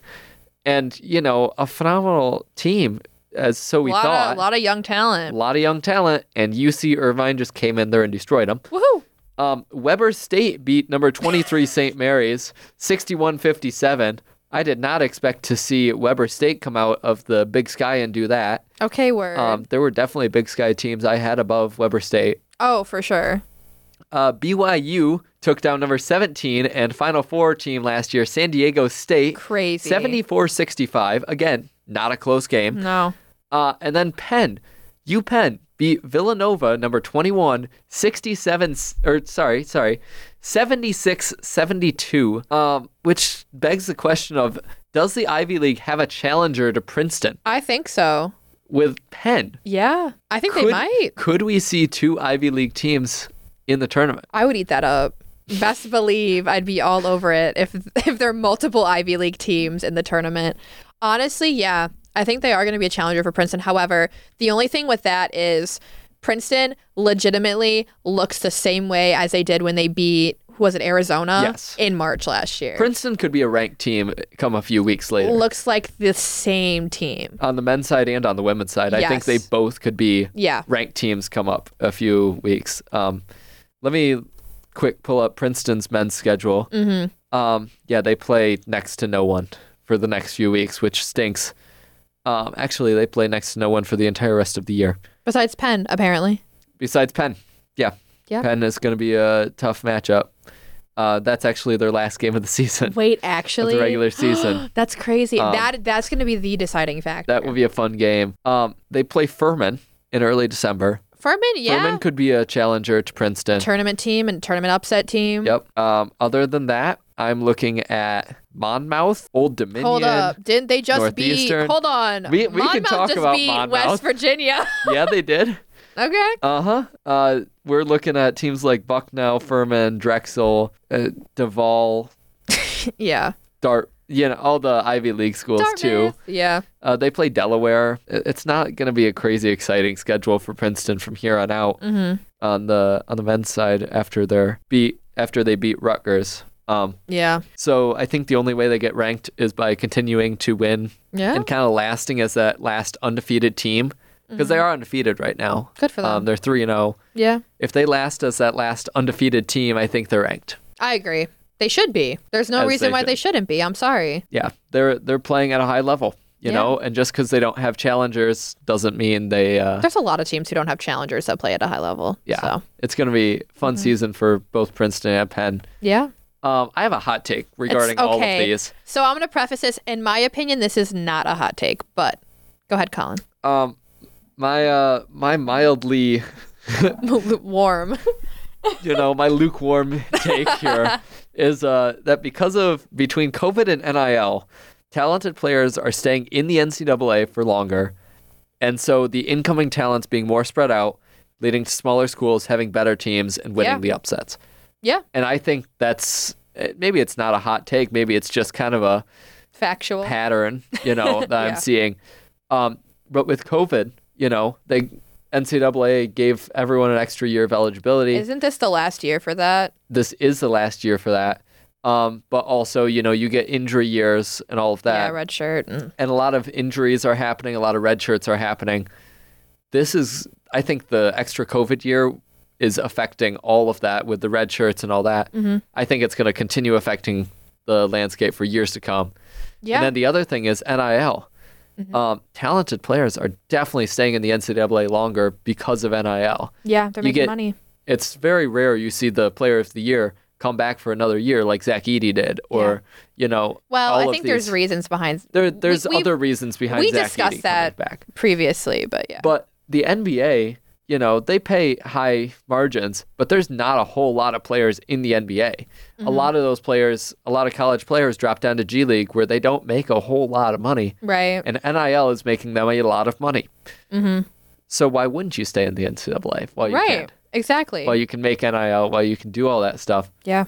and, you know, a phenomenal team as so we
lot
thought.
of lot of young
a
talent.
lot of young talent and UC Irvine just came in there and destroyed them.
Woohoo!
Um, Weber State beat number 23 St. Mary's 61-57. I did not expect to see Weber State come out of the Big Sky and do that.
Okay, word.
Um, there were definitely Big Sky teams I had above Weber State.
oh, for sure.
Uh, BYU took down number 17 and Final Four team last year, San Diego State.
Crazy.
74 65. Again, not a close game.
No.
Uh, and then Penn, U Penn beat Villanova, number 21, 67, or sorry, sorry, 76 72, um, which begs the question of does the Ivy League have a challenger to Princeton
I think so.
with Penn?
Yeah. I think they might.
could we see two Ivy League teams in the tournament?
I would eat that up. Best believe I'd be all over it if if there are multiple Ivy League teams in the tournament. Honestly, yeah, I think they are going to be a challenger for Princeton. However, the only thing with that is Princeton legitimately looks the same way as they did when they beat who was it Arizona
Yes.
in March last year.
Princeton could be a ranked team come a few weeks later.
looks like the same team.
on the men's side and on the women's side, I think
Yes.
they both could be
Yeah.
ranked teams come up a few weeks. Um, let me quick pull up Princeton's men's schedule. Mm-hmm. Um, yeah, they play next to no one for the next few weeks, which stinks. Um, actually, they play next to no one for the entire rest of the year,
Besides Penn, apparently.
besides Penn. Yeah.
Yeah.
Penn is going to be a tough matchup. Uh, that's actually their last game of the season,
Wait,
of
actually,
the regular season.
that's crazy. that that's going to be the deciding factor.
That would be a fun game. Um, they play Furman in early December.
Furman, yeah.
Furman could be a challenger to Princeton.
tournament team and tournament upset team.
Yep. Um, other than that, I'm looking at Monmouth, Old Dominion.
Hold up. Didn't they just beat
Northeastern.
Hold on.
We- we can
Monmouth
talk
just
about
beat
Monmouth.
West Virginia.
yeah, they did.
okay.
Uh-huh. Uh We're looking at teams like Bucknell, Furman, Drexel, uh, Duval,
Yeah.
Dart. You know all the Ivy League schools too.
Dartmouth. Yeah.
Uh, they play Delaware. I- It's not going to be a crazy exciting schedule for Princeton from here on out
Mm-hmm.
on the on the men's side after their beat after they beat Rutgers. Um,
Yeah.
so I think the only way they get ranked is by continuing to win
Yeah.
and kind of lasting as that last undefeated team because they are undefeated right now.
Mm-hmm. Good for them.
Um, they're three and zero.
yeah.
If they last as that last undefeated team, I think they're ranked.
I agree. They should be. There's no
As
reason
they
why
should.
they shouldn't be. I'm sorry.
Yeah, they're they're playing at a high level, you
Yeah.
know. And just because they don't have challengers doesn't mean they. Uh,
There's a lot of teams who don't have challengers that play at a high level.
yeah,
So. Mm-hmm.
it's going to be fun season for both Princeton and Penn.
Yeah.
Um, I have a hot take regarding
It's
all of
okay.
these.
So I'm going to preface this. In my opinion, this is not a hot take, but go ahead, Colin.
Um, my uh, my mildly
Warm.
you know, my lukewarm take here is uh, that because of between COVID and NIL, talented players are staying in the NCAA for longer. And so the incoming talents being more spread out, leading to smaller schools having better teams and winning
Yeah.
the upsets.
yeah.
And I think that's eh, maybe it's not a hot take, maybe it's just kind of a
Factual.
pattern, you know, that
Yeah.
I'm seeing. Um, but with COVID, you know, they NCAA gave everyone an extra year of eligibility
Isn't this the last year for that?
this is the last year for that. Um, but also, you know, you get injury years and all of that.
yeah, red shirt. And,
And a lot of injuries are happening, a lot of red shirts are happening. This is I think the extra COVID year is affecting all of that with the red shirts and all that.
Mm-hmm.
I think it's going to continue affecting the landscape for years to come.
Yeah. Mm-hmm.
And then the other thing is NIL. Um, talented players are definitely staying in the NCAA longer because of NIL.
yeah, they're
you
making
get-
money.
It's very rare you see the player of the year come back for another year like Zach Eady did, or you know,
Well,
all
I
of
think there's
these-
reasons behind
there there's
we-
other reasons behind
we
Zach
discussed
Edey coming
that.
back.
previously, but yeah.
But the NBA, you know, they pay high margins, but there's not a whole lot of players in the NBA.
Mm-hmm.
A lot of those players, a lot of college players drop down to G League where they don't make a whole lot of money,
right.
and NIL is making them a lot of money. So why wouldn't you stay in the NCAA while you
Right.
can?
Exactly.
While you can make NIL, while you can do all that stuff.
yeah.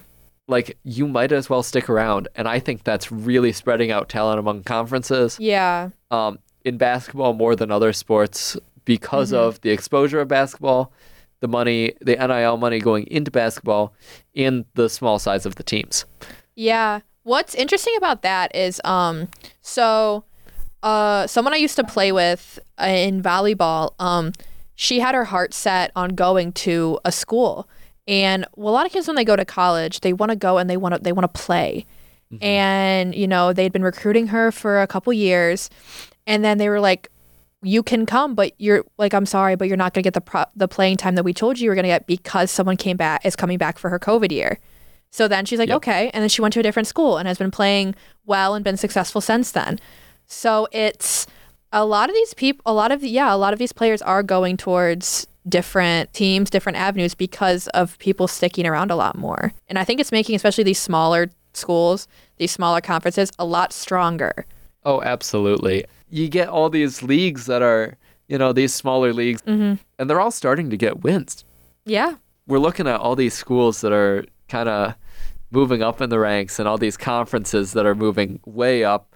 Like you might as well stick around, and I think that's really spreading out talent among conferences
Yeah.
um, in basketball more than other sports because of the exposure of basketball, the money, the NIL money going into basketball, and the small size of the teams.
Yeah. What's interesting about that is um so uh someone I used to play with uh, in volleyball um she had her heart set on going to a school. And well, a lot of kids when they go to college, they want to go and they want to they want to play. And you know, they'd been recruiting her for a couple years and then they were like you can come, but you're like, I'm sorry, but you're not gonna get the pro- the playing time that we told you you were gonna get because someone came back is coming back for her COVID year. So then she's like,
Yep.
okay, and then she went to a different school and has been playing well and been successful since then. So it's a lot of these people, a lot of yeah, a lot of these players are going towards different teams, different avenues because of people sticking around a lot more. And I think it's making especially these smaller schools, these smaller conferences, a lot stronger.
Oh, absolutely. You get all these leagues that are, you know, these smaller leagues,
Mm-hmm.
and they're all starting to get wins.
Yeah,
We're looking at all these schools that are kind of moving up in the ranks and all these conferences that are moving way up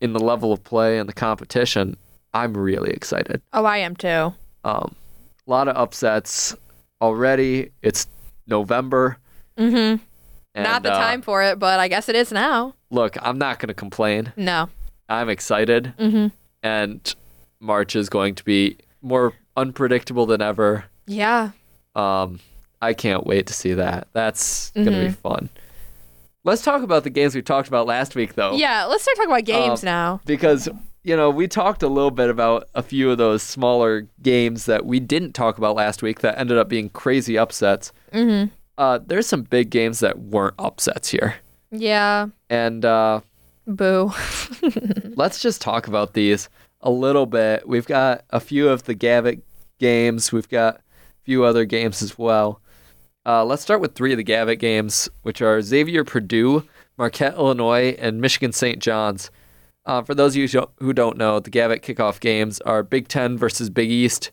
in the level of play and the competition. I'm really excited.
Oh, I am too.
Um, a lot of upsets already. It's November.
Mm-hmm.
And,
Not the
uh,
time for it, but I guess it is now.
Look, I'm not going to complain.
No.
I'm excited.
Mm-hmm.
And March is going to be more unpredictable than ever.
Yeah.
Um, I can't wait to see that. That's going to
Mm-hmm.
be fun. Let's talk about the games we talked about last week, though.
Yeah. Let's start talking about games
Oh. Um,
now.
Because, you know, we talked a little bit about a few of those smaller games that we didn't talk about last week that ended up being crazy upsets.
Mm-hmm.
uh, there's some big games that weren't upsets here.
Yeah.
And uh,
Boo.
let's just talk about these a little bit. We've got a few of the Gavitt games, we've got a few other games as well. Uh, let's start with three of the Gavitt games, which are Xavier Purdue, Marquette, Illinois, and Michigan St. John's. Uh, for those of you sho- who don't know, the Gavitt kickoff games are Big Ten versus Big East.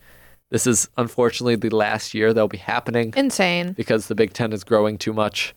This is unfortunately the last year they'll be happening.
Insane.
because the Big Ten is growing too much,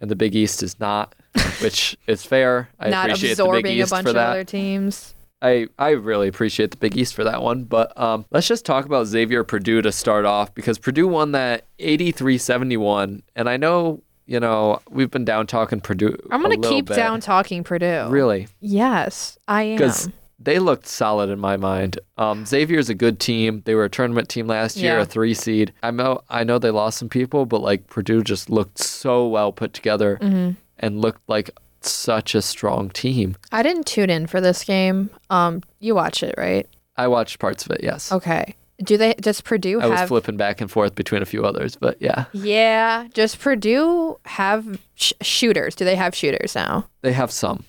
and the Big East is not, which is fair. I
Not
appreciate the Big
absorbing a
East
bunch
for
of
that.
other teams.
I I really appreciate the Big East for that one. But um, let's just talk about Xavier Purdue to start off because Purdue won that 83-71, and I know you know we've been down talking Purdue.
I'm
a
gonna
little
keep
bit.
down talking Purdue.
Really,
Yes, I am.
because they looked solid in my mind. Um, Xavier's a good team. They were a tournament team last year,
Yeah.
a three seed. I know, I know they lost some people, but like Purdue just looked so well put together
Mm-hmm.
and looked like such a strong team.
I didn't tune in for this game. Um, you watch it, right?
I watched parts of it. Yes,
Okay. Do they? Does Purdue
I was
have?
flipping back and forth between a few others, but yeah,
yeah. Does Purdue have sh- shooters? Do they have shooters now?
they have some.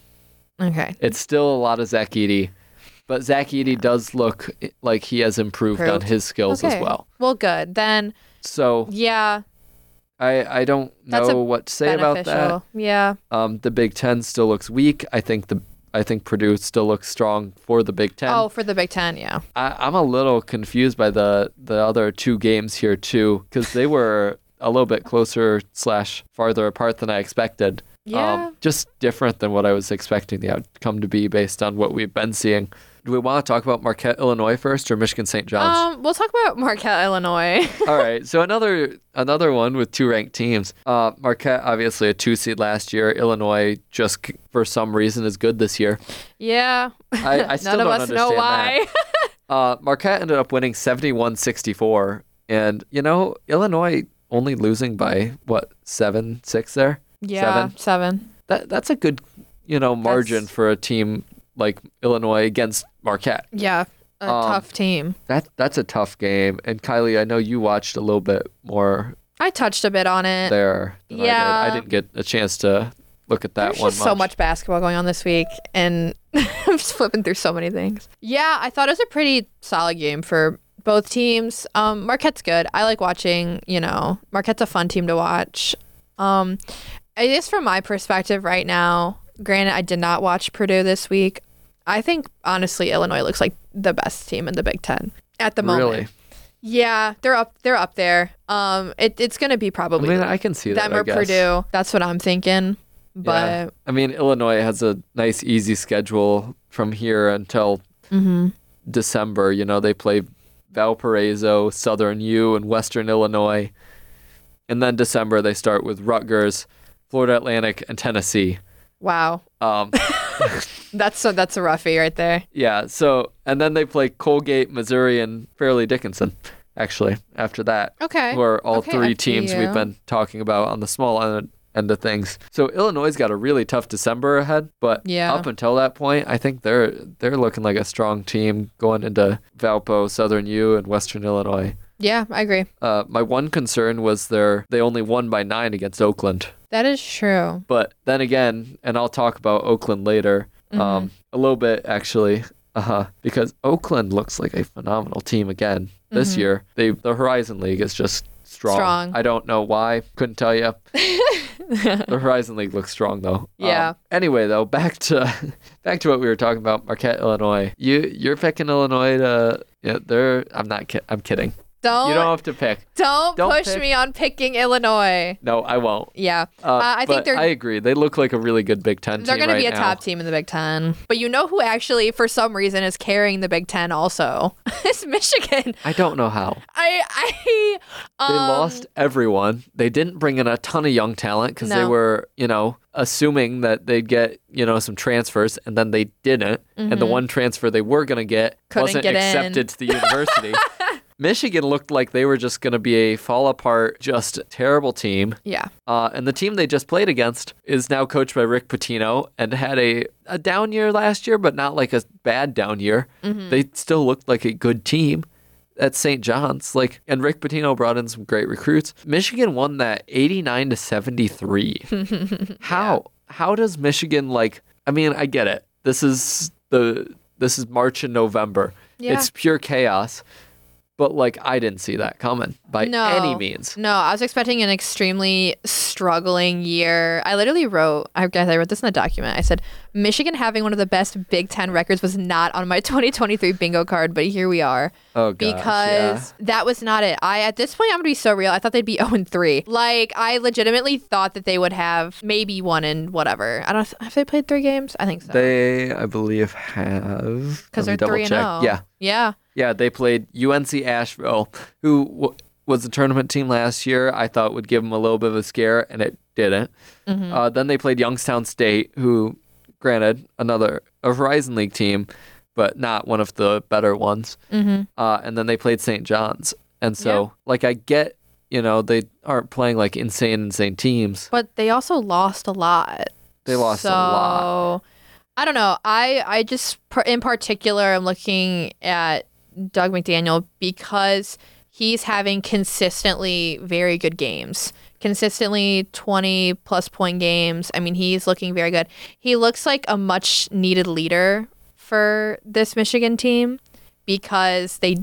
Okay.
It's still a lot of Zach Eady, but Zach Eady does look eh, like he has improved,
Improved.
on his skills
Okay.
as well.
Well, good then.
So
Yeah.
I I don't
That's a
know what to say about that.
Yeah.
Um, the Big Ten still looks weak. I think the I think Purdue still looks strong for the Big Ten. Um,
oh, for the Big Ten, yeah.
I, I'm a little confused by the the other two games here too, because they were a little bit closer slash farther apart than I expected.
Yeah.
um, just different than what I was expecting the outcome to be based on what we've been seeing. Do we want to talk about Marquette, Illinois first, or Michigan St. John's?
Um, we'll talk about Marquette, Illinois.
All right, so another another one with two ranked teams. Uh, Marquette, obviously a two seed last year. Illinois, just c- for some reason, is good this year.
yeah.
I, I still
None
don't
of us know
understand that.
why.
Uh, Marquette ended up winning 71 64. And, you know, Illinois only losing by, what, seven, six there?
Yeah,
Seven.
seven.
That, that's a good, you know, margin
That's-
for a team like Illinois against Marquette.
Yeah, a
Um,
tough team.
That That's a tough game. And, Kylie, I know you watched a little bit more
I touched a bit on it.
there than I
yeah.
did. I didn't get a chance to look at that
There's
one
just so much basketball going on this week, and I'm just flipping through so many things. Yeah, I thought it was a pretty solid game for both teams. Um, Marquette's good. I like watching. You know, Marquette's a fun team to watch. Um, I guess from my perspective right now, granted, I did not watch Purdue this week. I think honestly, Illinois looks like the best team in the Big Ten at the moment.
Really?
Yeah, they're up. They're up there. Um, it, it's gonna be
I
probably
mean, I can see that.
them
I
or
guess.
Purdue. That's what I'm thinking. But.
Yeah. I mean, Illinois has a nice, easy schedule from here until December. You know, they play Valparaiso, Southern U, and Western Illinois. And then December, they start with Rutgers, Florida Atlantic, and Tennessee.
Wow,
Um,
that's so that's a roughie right there.
yeah. So, and then they play Colgate, Missouri, and Fairleigh Dickinson, actually, after that.
Okay.
who are all
Okay,
three
up to
teams we've
you.
been talking about on the small end, end of things. So Illinois has got a really tough December ahead, but
Yeah.
up until that point, I think they're they're looking like a strong team going into Valpo, Southern U, and Western Illinois.
Yeah, I agree.
Uh, my one concern was their they only won by nine against Oakland,
That is true.
but then again, and I'll talk about Oakland later,
Mm-hmm.
um, a little bit actually. Uh-huh. Because Oakland looks like a phenomenal team again this year. They the Horizon League is just strong.
Mm-hmm. Strong.
I don't know why. Couldn't tell you. the Horizon League looks strong though. Um,
Yeah.
anyway though, back to back to what we were talking about, Marquette, Illinois. You you're picking Illinois to yeah, they're I'm not ki- I'm kidding.
Don't
You
don't,
don't have to pick. don't
push
pick-
me on picking Illinois.
No, I won't.
Yeah,
Uh,
uh, I
but
think they're
I agree. They look like a really good Big Ten
they're
team
going to be a
right now.
top team in the Big Ten. But you know who actually, for some reason, is carrying the Big Ten also? it's Michigan.
I don't know how.
I I um,
They lost everyone. They didn't bring in a ton of young talent because they
No.
were, you know, assuming that they'd get, you know, some transfers, and then they didn't. And the one transfer they were going to get
Mm-hmm. Couldn't
wasn't
get in.
accepted to the university. Michigan looked like they were just going to be a fall apart, just terrible team.
Yeah,
Uh, and the team they just played against is now coached by Rick Pitino and had a, a down year last year, but not like a bad down year.
Mm-hmm.
They still looked like a good team at St. John's. Like, and Rick Pitino brought in some great recruits. Michigan won that 89 to 73. How? How does Michigan like? I mean, I get it. This is the this is March and November.
Yeah.
It's pure chaos. But like, I didn't see that coming by
no
any means.
No, I was expecting an extremely struggling year. I literally wrote, I guess I wrote this in the document. I said Michigan having one of the best Big Ten records was not on my 2023 bingo card, but here we are.
Oh gosh, yeah.
because that was not it. I at this point I'm gonna be so real. I thought they'd be 0 and 3. Like I legitimately thought that they would have maybe one and whatever. I don't have they played three games. I think so.
They, I believe, have
because they're
Let me double
three and oh.
check.
zero.
Yeah,
yeah,
yeah. They played UNC Asheville, who w- was the tournament team last year. I thought would give them a little bit of a scare, and it didn't.
Mm-hmm.
Uh, then they played Youngstown State, who, granted, another a Horizon League team, but not one of the better ones.
Mm-hmm.
Uh, and then they played St. John's, and so like I get, you know, they aren't playing like insane, insane teams.
but they also lost a lot.
They lost a lot.
So, I don't know. I I just par- in particular I'm looking at Doug McDaniel because he's having consistently very good games. Consistently 20 plus point games. I mean, he's looking very good. He looks like a much needed leader for this Michigan team because they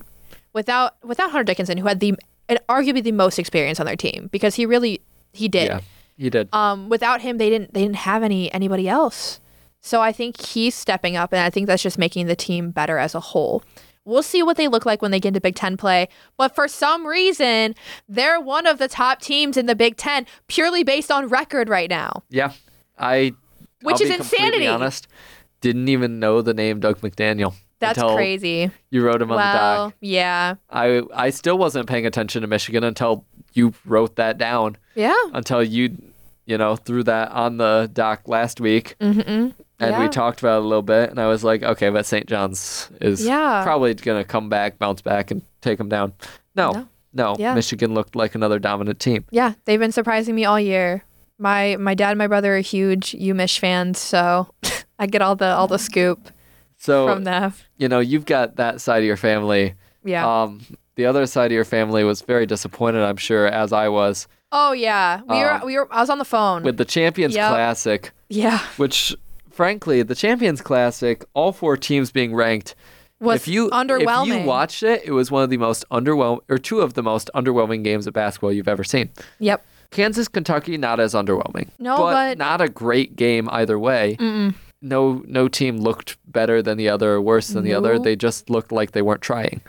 without without Hunter Dickinson who had the and arguably the most experience on their team because he really he did
Yeah, you did.
um, without him they didn't they didn't have any anybody else so i think he's stepping up and i think that's just making the team better as a whole we'll see what they look like when they get into big ten play but for some reason they're one of the top teams in the big ten purely based on record right now
Yeah, I.
Which
I'll
is
be completely
insanity.
Honest, didn't even know the name Doug McDaniel.
that's
until
crazy
You wrote him on the
well
doc.
yeah
I I still wasn't paying attention to Michigan until you wrote that down.
yeah
Until you, you know, threw that on the doc last week.
mm-hmm.
and we
Yeah.
talked about it a little bit, and I was like, okay, but St. John's is
Yeah.
probably going to come back, bounce back, and take them down. No, no,
No. Yeah.
Michigan looked like another dominant team.
Yeah, they've been surprising me all year. My my dad and my brother are huge UMich fans, so I get all the all the scoop
So
from them.
you know, you've got that side of your family.
Yeah.
Um, the other side of your family was very disappointed, I'm sure, as I was,
oh yeah, we
um,
were we were. I was on the phone.
with the Champions
Yep.
Classic,
yeah,
which, frankly, the Champions Classic, all four teams being ranked.
was
if you if
underwhelming.
you watched it, it was one of the most underwhelming, or two of the most underwhelming games of basketball you've ever seen.
yep.
Kansas Kentucky not as underwhelming.
No, but-
not a great game either way. No, no team looked better than the other, or worse than the other.
No.
They just looked like they weren't trying.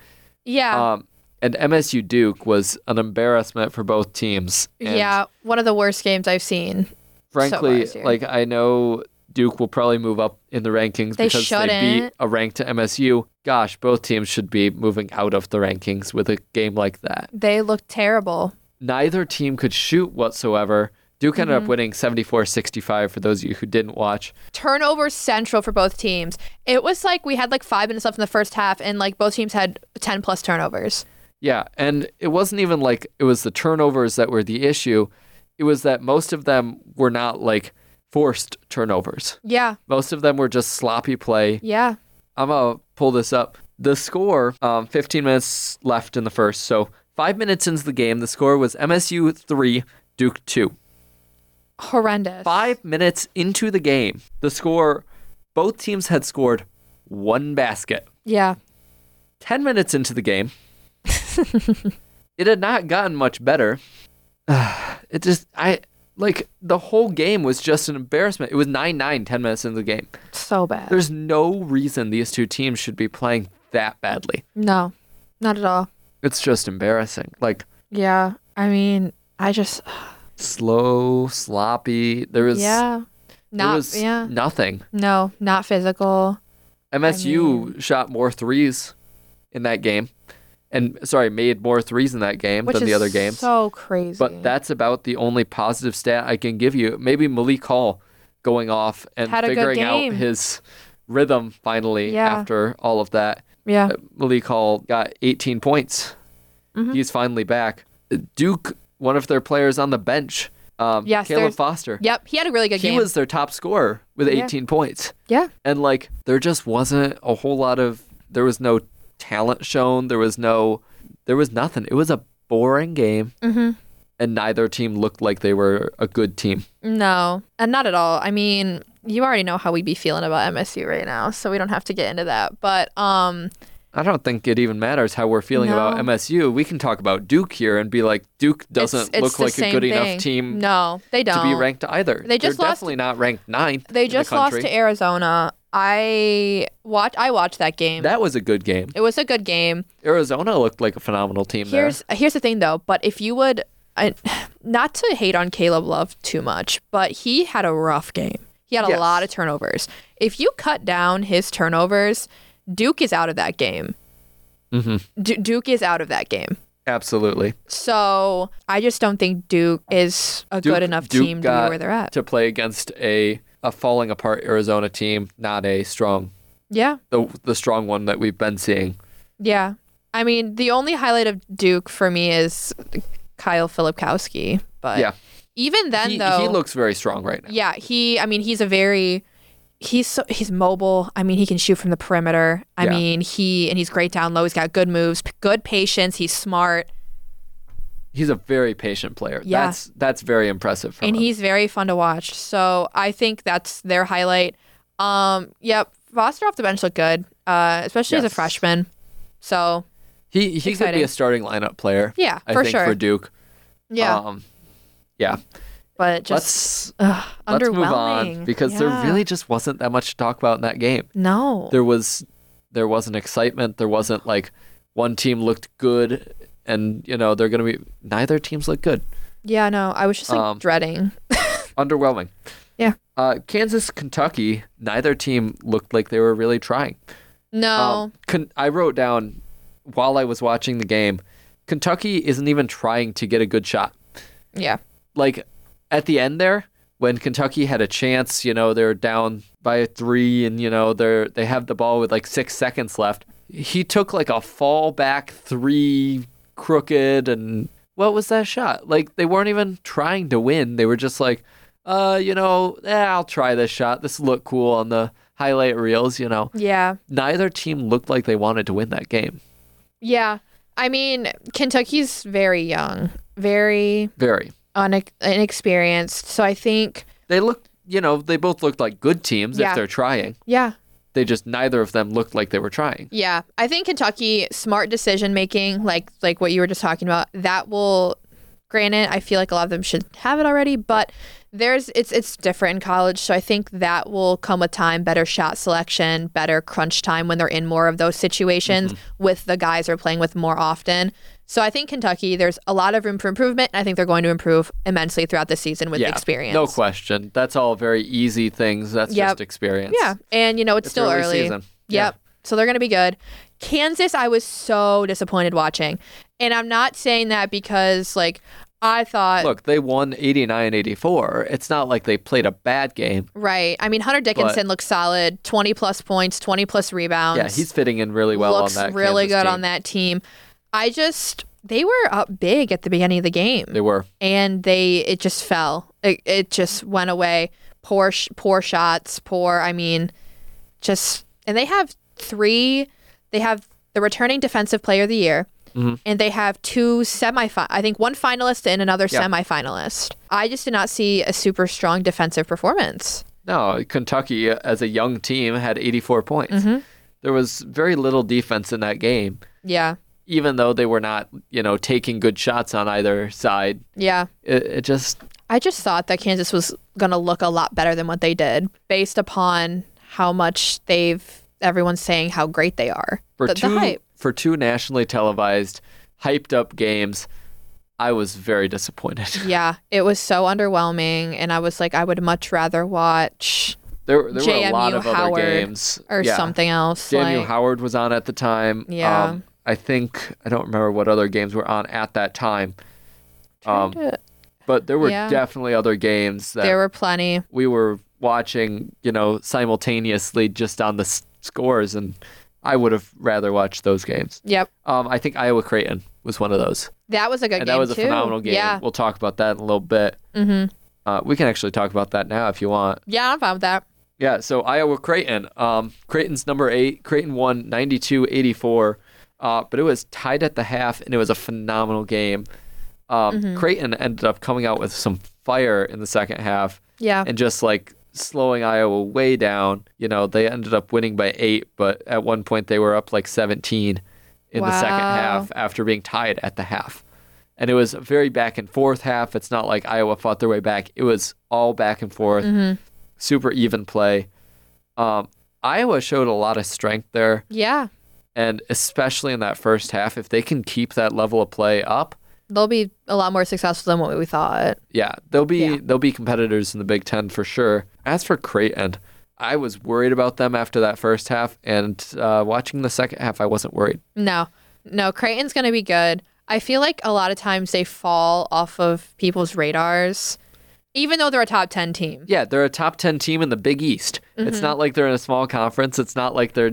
Yeah.
Um, and MSU Duke was an embarrassment for both teams. And
yeah. One of the worst games I've seen. far
Frankly,
this year.
like I know Duke will probably move up in the rankings
They
because they beat
shouldn't.
a ranked MSU. Gosh, both teams should be moving out of the rankings with a game like that.
They looked terrible.
Neither team could shoot whatsoever. Duke ended
Mm-hmm.
up winning 74-65 for those of you who didn't watch.
Turnover central for both teams. It was like we had like five minutes left in the first half, and like both teams had ten plus turnovers.
Yeah, and it wasn't even like it was the turnovers that were the issue. It was that most of them were not like forced turnovers.
Yeah.
Most of them were just sloppy play.
Yeah.
I'm gonna pull this up. The score, um, 15 minutes left in the first. So five minutes into the game, the score was MSU three, Duke two.
Horrendous.
Five minutes into the game, the score, both teams had scored one basket.
Yeah.
Ten minutes into the game, it had not gotten much better. It just, I like the whole game was just an embarrassment. It was 9 9 10 minutes into the game.
So bad.
There's no reason these two teams should be playing that badly.
No, not at all.
It's just embarrassing. Like
Yeah. I mean, I just,
slow, sloppy. There was
yeah.
there
Not,
was
yeah.
nothing.
No, not physical.
MSU shot more threes in that game, and sorry, made more threes in that game
Which
than
is
the other games.
so crazy.
but that's about the only positive stat I can give you. Maybe Malik Hall going off and
Had a good
figuring out
game.
his rhythm finally
Yeah.
after all of that.
yeah.
Malik Hall got 18 points.
Mm-hmm.
He's finally back. Duke, one of their players on the bench, um,
Yes,
Caleb
there's-
Foster.
Yep. He had a really good
he
game.
was their top scorer with
Yeah.
18 points.
yeah.
And like, there just wasn't a whole lot of. There was no talent shown. There was no. There was nothing. It was a boring game,
Mm-hmm.
and neither team looked like they were a good team.
No, and not at all. I mean, you already know how we be feeling about MSU right now, so we don't have to get into that. But um,
I don't think it even matters how we're feeling about
No.
MSU. We can talk about Duke here and be like, Duke doesn't
it's, it's
look
the
like a
same
good
thing.
enough team
No, they don't.
to be ranked either.
They just
They're
lost-
definitely not ranked ninth.
They
in
just
the
lost
country.
to Arizona. I watch. I watched that game.
That was a good game.
it was a good game.
Arizona looked like a phenomenal team
Here's here's the thing though, but if you would I, not to hate on Caleb Love too much, but he had a rough game. He had a
Yes.
lot of turnovers. If you cut down his turnovers, Duke is out of that game.
there. Mhm.
Du- Duke is out of that game.
Absolutely.
So I just don't think Duke is a
Duke-
good enough
Duke
team to be
got
where they're at.
To play against a, a falling apart Arizona team, not a strong
yeah,
the the strong one that we've been seeing.
yeah. I mean, the only highlight of Duke for me is Kyle Filipkowski, but
Yeah.
even then
he,
though
he looks very strong right now.
Yeah, he. I mean, he's a very. He's so, he's mobile. I mean, he can shoot from the perimeter. I
Yeah.
mean, he and he's great down low. He's got good moves, p- good patience. He's smart,
He's a very patient player.
Yeah.
That's that's very impressive from
and
him.
he's very fun to watch. So I think that's their highlight. Um, yep, Foster off the bench looked good, uh, especially as
Yes.
a freshman. So
he he could be
exciting.
a starting lineup player.
Yeah,
I
for
think
sure.
for Duke.
yeah,
Um, yeah.
but
Let's
just ugh,
let's
underwhelming
move on because there
Yeah.
really just wasn't that much to talk about in that game.
no.
there was there wasn't excitement. There wasn't like one team looked good and you know they're gonna be neither teams look good.
Yeah, no. I was just like
Um,
dreading.
Underwhelming.
Yeah.
Uh, Kansas, Kentucky. Neither team looked like they were really trying.
No,
Um, Ken- I wrote down while I was watching the game. Kentucky isn't even trying to get a good shot.
yeah,
Like at the end there, when Kentucky had a chance, you know they're down by a three, and you know they're they have the ball with like six seconds left. He took like a fall back three, crooked, and what was that shot? Like they weren't even trying to win. They were just like, uh, you know, eh, I'll try this shot. This look cool on the highlight reels. You know,
Yeah.
neither team looked like they wanted to win that game.
Yeah. I mean, Kentucky's very young, very
Very.
une- inexperienced. So I think,
They looked, you know, they both looked like good teams
Yeah.
if they're trying.
yeah.
They just neither of them looked like they were trying.
Yeah. I think Kentucky smart decision making, like like what you were just talking about, that will granted, I feel like a lot of them should have it already, but there's it's it's different in college. So I think that will come with time, better shot selection, better crunch time when they're in more of those situations with the guys they're playing with more often. So I think Kentucky, there's a lot of room for improvement, and I think they're going to improve immensely throughout the season with experience.
No question. That's all very easy things. That's
Yep.
just experience.
Yeah, and you know it's, still
early
early.
season.
Yep.
Yeah.
So they're gonna be good. Kansas, I was so disappointed watching, and I'm not saying that because like I thought
Look, they won 89 84. It's not like they played a bad game.
right. I mean Hunter Dickinson looks solid, 20 plus points, 20 plus rebounds.
Yeah, he's fitting in really well
looks
on that.
really
Kansas
good
team.
on that team. I just they were up big at the beginning of the game,
They were.
and they it just fell. It, it just went away. Poor sh- poor shots. Poor. I mean, just and they have three. They have the returning defensive player of the year,
Mm-hmm.
and they have two semi. I think one finalist and another
Yeah.
semifinalist. I just did not see a super strong defensive performance.
No, Kentucky uh, as a young team had 84 points.
Mm-hmm.
There was very little defense in that game,
Yeah,
even though they were not, you know, taking good shots on either side.
yeah.
It, it just
I just thought that Kansas was going to look a lot better than what they did based upon how much they've everyone's saying how great they are.
for
the, the
two
hype.
for two nationally televised, hyped up games, I was very disappointed.
Yeah, it was so underwhelming and I was like I would much rather watch
There, there were a lot
JMU
of
Howard
other games
or
Yeah.
something else
JMU
like
Howard was on at the time.
Yeah.
Um, I think I don't remember what other games were on at that time, um,
to-
but there were
Yeah.
definitely other games that
there were plenty.
we were watching, you know, simultaneously just on the s- scores, and I would have rather watched those games.
Yep.
Um, I think Iowa Creighton was one of those,
That was a good
and
game
that was a
too.
phenomenal game.
Yeah.
We'll talk about that in a little bit.
Mhm.
Uh, we can actually talk about that now if you want.
Yeah, I'm fine with that.
Yeah, so Iowa Creighton. Um, Creighton's number eight. Creighton won 92 84, uh, but it was tied at the half, and it was a phenomenal game. Um,
Mm-hmm.
Creighton ended up coming out with some fire in the second half
Yeah.
and just like slowing Iowa way down. You know, they ended up winning by eight, but at one point they were up like 17 in the second
Wow.
half after being tied at the half. And it was a very back and forth half. It's not like Iowa fought their way back. It was all back and forth,
Mm-hmm.
super even play. Um, Iowa showed a lot of strength there,
yeah.
and especially in that first half, if they can keep that level of play up,
They'll be a lot more successful than what we thought.
yeah, they'll be
Yeah.
they'll be competitors in the Big Ten for sure. As for Creighton, I was worried about them after that first half, and uh, watching the second half, I wasn't worried.
No, no, Creighton's going to be good. I feel like a lot of times they fall off of people's radars, even though they're a top 10 team.
Yeah, they're a top ten team in the Big East. It's not like they're in a small conference. It's not like they're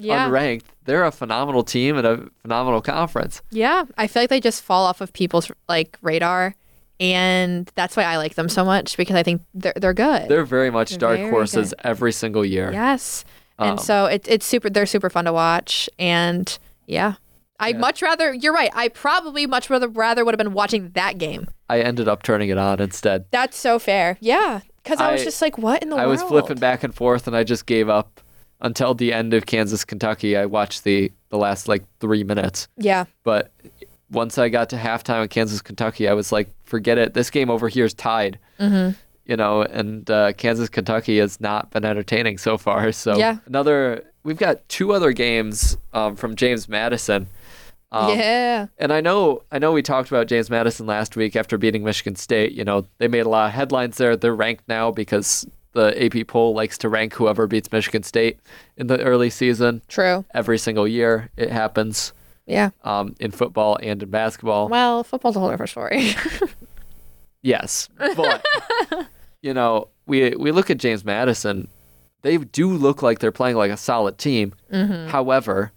Mm-hmm. Yeah.
unranked. They're a phenomenal team in a phenomenal conference.
Yeah. I feel like they just fall off of people's like radar. And that's why I like them so much because I think they're, they're good.
They're very much dark
very
horses every single year.
yes.
Um,
And so it, it's super, they're super fun to watch. And yeah. I would much rather, you're right. I probably much rather, rather would have been watching that game.
I ended up turning it on instead.
That's so fair. Yeah. Cause I, was
I-
just like, what in the
I
world?
was flipping back and forth, and I just gave up until the end of Kansas Kentucky. I watched the the last like three minutes.
Yeah.
But once I got to halftime in Kansas, Kentucky, I was like, forget it. This game over here is tied.
Mm-hmm.
You know, and uh, Kansas, Kentucky has not been entertaining so far. So
Yeah.
another, we've got two other games um, from James Madison. Um,
yeah.
And I know, I know, we talked about James Madison last week after beating Michigan State. You know, they made a lot of headlines there. They're ranked now because the AP poll likes to rank whoever beats Michigan State in the early season.
True.
Every single year, it happens
Yeah.
um, in football and in basketball.
Well, football's a whole different story.
Yes, but you know, we we look at James Madison. they do look like they're playing like a solid team. However,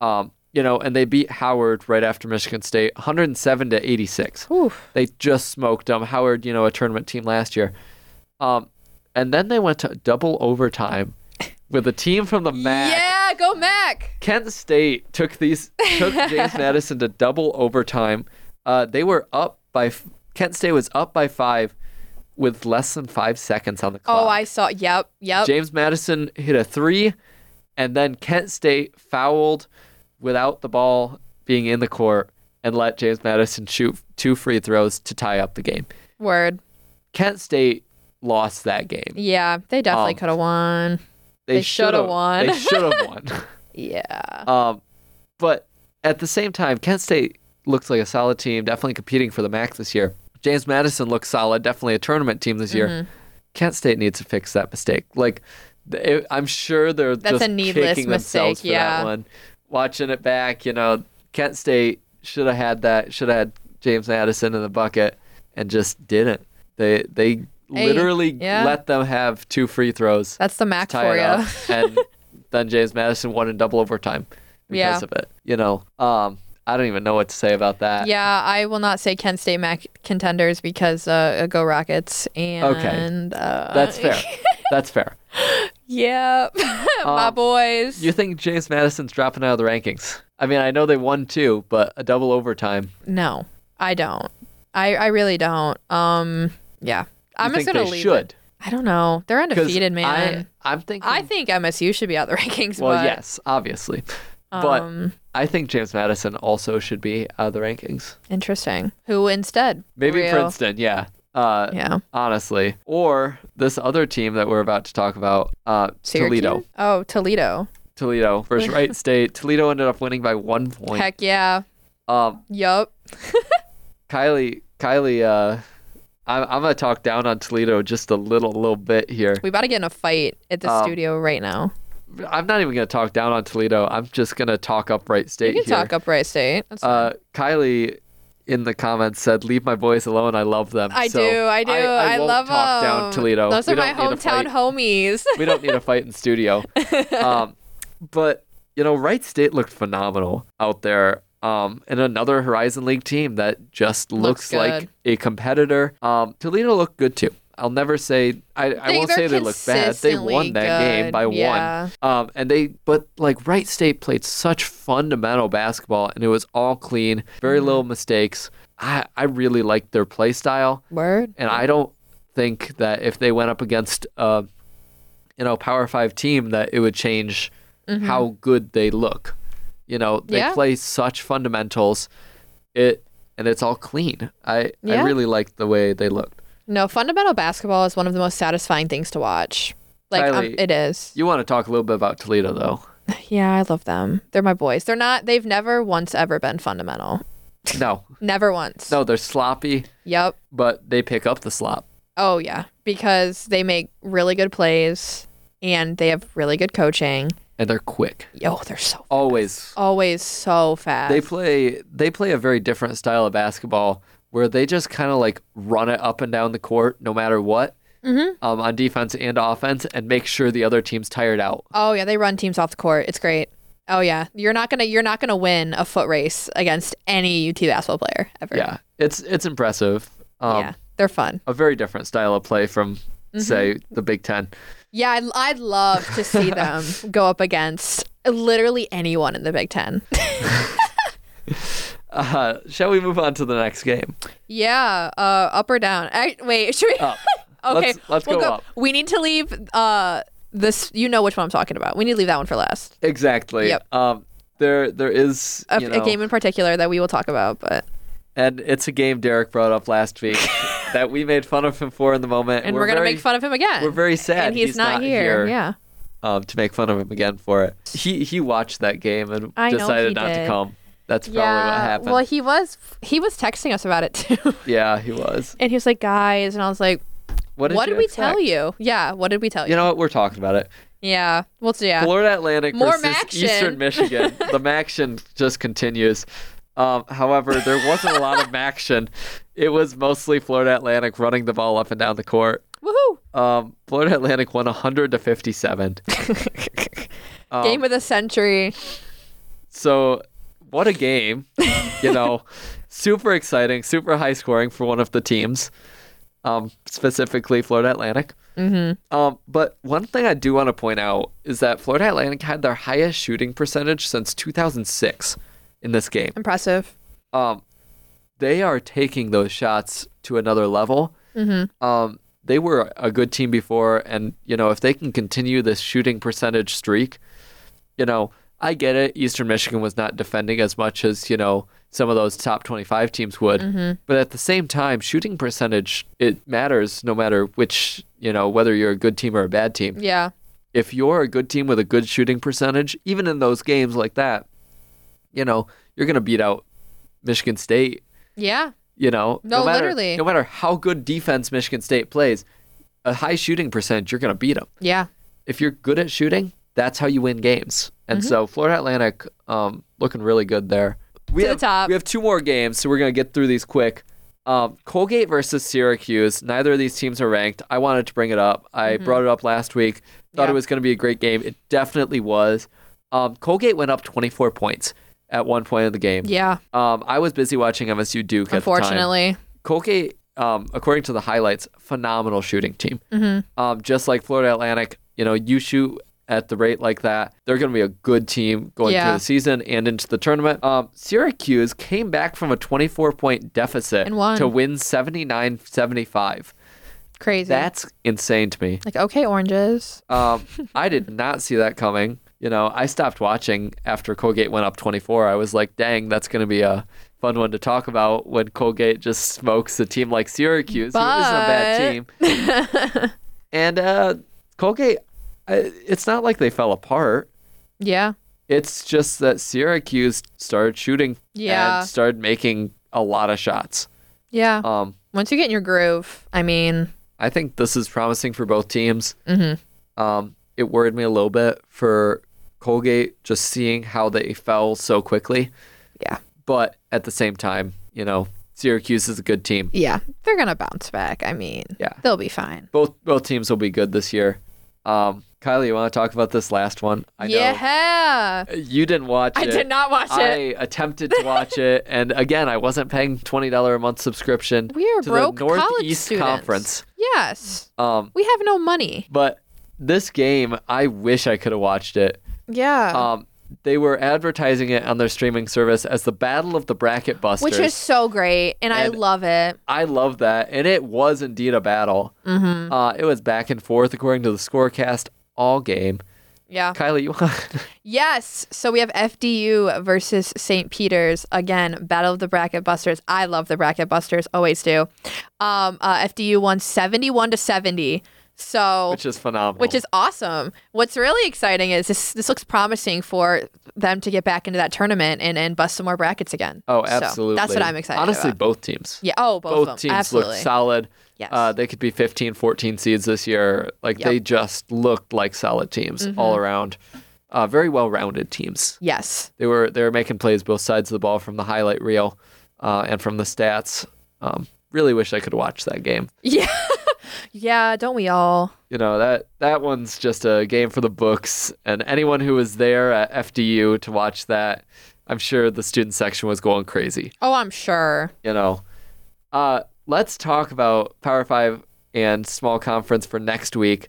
um, you know, and they beat Howard right after Michigan State, 107 to 86.
Whew.
They just smoked them. Howard, you know, a tournament team last year. Um, and then they went to double overtime with a team from the MAC.
Yeah, go Mac.
Kent State took these took James Madison to double overtime. Uh, they were up by f- Kent State was up by five with less than five seconds on the clock.
Oh, I saw. Yep, yep.
James Madison hit a three, and then Kent State fouled without the ball being in the court and let James Madison shoot two free throws to tie up the game.
Word.
Kent State lost that game.
Yeah, they definitely
Um,
could have won. They shoulda
shoulda-
won.
They should have won.
Yeah.
Um, but at the same time, Kent State looks like a solid team, definitely competing for the MAC this year. James Madison looks solid, definitely a tournament team this year.
Mm-hmm.
Kent State needs to fix that mistake. Like, th- it, I'm sure they're
That's
just
a needless
kicking themselves
mistake,
for
yeah.
that one. Watching it back, you know, Kent State should have had that. Should have had James Madison in the bucket, and just didn't. They they literally
yeah.
let them have two free throws
That's the Mac
tie
for
it
you.
up, and then James Madison won in double overtime because
Yeah.
of it. You know, um, I don't even know what to say about that.
Yeah, I will not say Kent State Mac contenders because uh, go Rockets and uh,
That's fair. That's fair.
Yep, my
Um,
boys.
You think James Madison's dropping out of the rankings? I mean, I know they won two, but a double overtime.
no, I don't. I I really don't. Um, yeah,
You
I'm
think
just gonna
they
leave.
should
It. I don't know. They're
'Cause
undefeated, man.
I, I'm thinking.
I, think MSU should be out of the rankings.
well,
but,
yes, obviously,
Um,
but I think James Madison also should be out of the rankings.
interesting. Who instead?
Maybe
Real.
Princeton, yeah. Uh,
Yeah.
Honestly, or this other team that we're about to talk about, uh,
Syracuse?
Toledo.
Oh, Toledo.
Toledo versus Wright State. Toledo ended up winning by one point.
Heck yeah.
Um,
Yup.
Kylie, Kylie, uh, I'm, I'm gonna talk down on Toledo just a little, little bit here.
We about to get in a fight at the
Um,
studio right now.
I'm not even gonna talk down on Toledo. I'm just gonna talk up Wright State
You can
here.
talk up Wright State. That's fine.
uh, Kylie in the comments said, "Leave my boys alone. I love them."
I
So
do. I do. I,
won't
love
talk down
them.
Toledo.
Those
We
are my
don't need to
hometown
fight.
homies.
we don't need a fight in studio. Um, but you know, Wright State looked phenomenal out there. Um, and another Horizon League team that just looks,
Looks
like
good.
a competitor. Um, Toledo looked good too. I'll never say I, I
They-
won't
they're
say they looked bad. They won that
consistently
game by
good, yeah.
one. Um, and they but like Wright State played such fundamental basketball and it was all clean,
Mm-hmm.
very little mistakes. I, I really liked their play style.
Word.
And I don't think that if they went up against a you know Power Five team that it would change how good they look. You know, they
Mm-hmm. Yeah.
play such fundamentals. It and it's all clean. I
Yeah.
I really liked the way they looked.
No, fundamental basketball is one of the most satisfying things to watch. Like um,
Kylie,
it is.
You want to talk a little bit about Toledo though?
Yeah, I love them. They're my boys. They're not. They've never once ever been fundamental.
No,
Never once.
no, they're sloppy,
Yep.
but they pick up the slop.
Oh yeah, because they make really good plays and they have really good coaching.
And they're quick.
Oh, they're so
Always.
always so fast.
They play they play a very different style of basketball where they just kind of like run it up and down the court no matter what
Mm-hmm.
um, on defense and offense and make sure the other team's tired out.
oh yeah, they run teams off the court. It's great. Oh yeah, you're not gonna you're not gonna win a foot race against any UT basketball player ever.
Yeah, it's it's impressive. Um,
yeah, Mm-hmm. they're fun.
A very different style of play from say the Big Ten.
Yeah, I'd, I'd love to see them go up against literally anyone in the Big Ten.
Uh, shall we move on to the next game?
yeah, uh, up or down? I, wait, should we?
Up.
okay,
Oh. Let's, let's
we'll
go,
go.
up.
We need to leave uh this. You know which one I'm talking about. We need to leave that one for last.
Exactly.
Yep.
Um, there there is
A,
you
a
know,
game in particular that we will talk about, but
and it's a game Derek brought up last week that we made fun of him for in the moment.
and we're, gonna
very-
make fun of him again.
We're very sad
and he's, not, here. Yeah.
um, to make fun of him again for it. He he watched that game and
I know he
decided not
did.
to come. That's probably what happened.
Well, he was he was texting us about it too,
yeah, he was.
and he was like, "Guys," and I was like,
What did,
"What
you
did we
expect?
tell you? Yeah, what did we tell you?
You know what? We're talking about it.
yeah, we'll see. Yeah,
Florida Atlantic
More
versus
Maction.
Eastern Michigan. the Maction just continues. Um, however, there wasn't a lot of Maction. It was mostly Florida Atlantic running the ball up and down the court.
woohoo!
Um, Florida Atlantic won 100 to 57. Um,
Game of the century.
so what a game you know super exciting super high scoring for one of the teams um, specifically florida atlantic mm-hmm. um, but one thing i do want to point out is that florida atlantic had their highest shooting percentage since 2006 in this game
Impressive.
um, they are taking those shots to another level um, they were a good team before and you know if they can continue this shooting percentage streak you know, I get it. Eastern Michigan was not defending as much as, you know, some of those top 25 teams would. But at the same time, shooting percentage, it matters no matter which, you know, whether you're a good team or a bad team.
Yeah.
If you're a good team with a good shooting percentage, even in those games like that, you know, you're going to beat out Michigan State,
Yeah.
you know.
No,
matter,
literally.
No matter how good defense Michigan State plays, a high shooting percentage, you're going to beat them
Yeah.
if you're good at shooting, that's how you win games.
Mm-hmm.
And so Florida Atlantic um, looking really good there. We
To the
have,
top.
We have two more games, so we're gonna get through these quick. Um, Colgate versus Syracuse. Neither of these teams are ranked. I wanted to bring it up. I brought it up last week. Thought
Mm-hmm. Yeah.
it was gonna be a great game. It definitely was. Um, Colgate went up 24 points at one point of the game.
Yeah.
Um, I was busy watching MSU Duke. at the time.
Unfortunately.
Colgate, um, according to the highlights, phenomenal shooting team.
Mm-hmm.
Um, just like Florida Atlantic, you know, you shoot at the rate like that, they're going to be a good team going
Yeah.
through the season and into the tournament. Um, Syracuse came back from a 24 point deficit
And won.
to win 79 75.
Crazy.
That's insane to me.
like okay, oranges.
Um, I did not see that coming. You know, I stopped watching after Colgate went up 24. I was like, dang, that's going to be a fun one to talk about when Colgate just smokes a team like Syracuse, who isn't a bad team. and uh, Colgate, I- it's not like they fell apart.
Yeah.
It's just that Syracuse started shooting
Yeah.
and started making a lot of shots.
Yeah.
Um,
Once you get in your groove, I mean,
I think this is promising for both teams.
Mm-hmm.
Um, it worried me a little bit for Colgate just seeing how they fell so quickly,
yeah.
but at the same time, you know, Syracuse is a good team.
Yeah. They're going to bounce back. I mean,
Yeah.
They'll be fine.
Both both teams will be good this year. Um, Kylie, you want to talk about this last one? I
yeah.
know you didn't watch
I
it.
did not watch
I
it.
attempted to watch it, and again, I wasn't paying twenty dollar a month subscription
We are
to
broke
the
college
Northeast
students.
Conference.
Yes.
Um,
We have no money.
but this game, I wish I could have watched it.
Yeah.
Um, they were advertising it on their streaming service as the Battle of the Bracket Busters.
Which is so great and, I
And-
love it.
I love that, and it was indeed a battle. Mm-hmm. Uh, it was back and forth according to the scorecast all game.
Yeah.
Kylie, you want?
Yes. So we have FDU versus St. Peter's. Again, Battle of the Bracket Busters. I love the Bracket Busters. Always do. Um, uh, FDU won 71 to 70. So
which is phenomenal.
which is awesome. What's really exciting is this this looks promising for them to get back into that tournament and, and bust some more brackets again.
oh,
So
absolutely.
that's what I'm excited
Honestly,
about.
both teams.
Yeah. Oh, both,
both
of them.
teams
Absolutely.
looked solid.
Yes.
Uh, they could be 15, 14 seeds this year. Like
Yep. Mm-hmm.
they just looked like solid teams all around. Uh, very well rounded teams.
yes.
They were they were making plays both sides of the ball from the highlight reel uh, and from the stats. Um, really wish I could watch that game.
Yeah. yeah. Don't we all?
You know that that one's just a game for the books. And anyone who was there at FDU to watch that, I'm sure the student section was going crazy.
Oh, I'm sure.
you know. Uh, let's talk about Power Five and small conference for next week.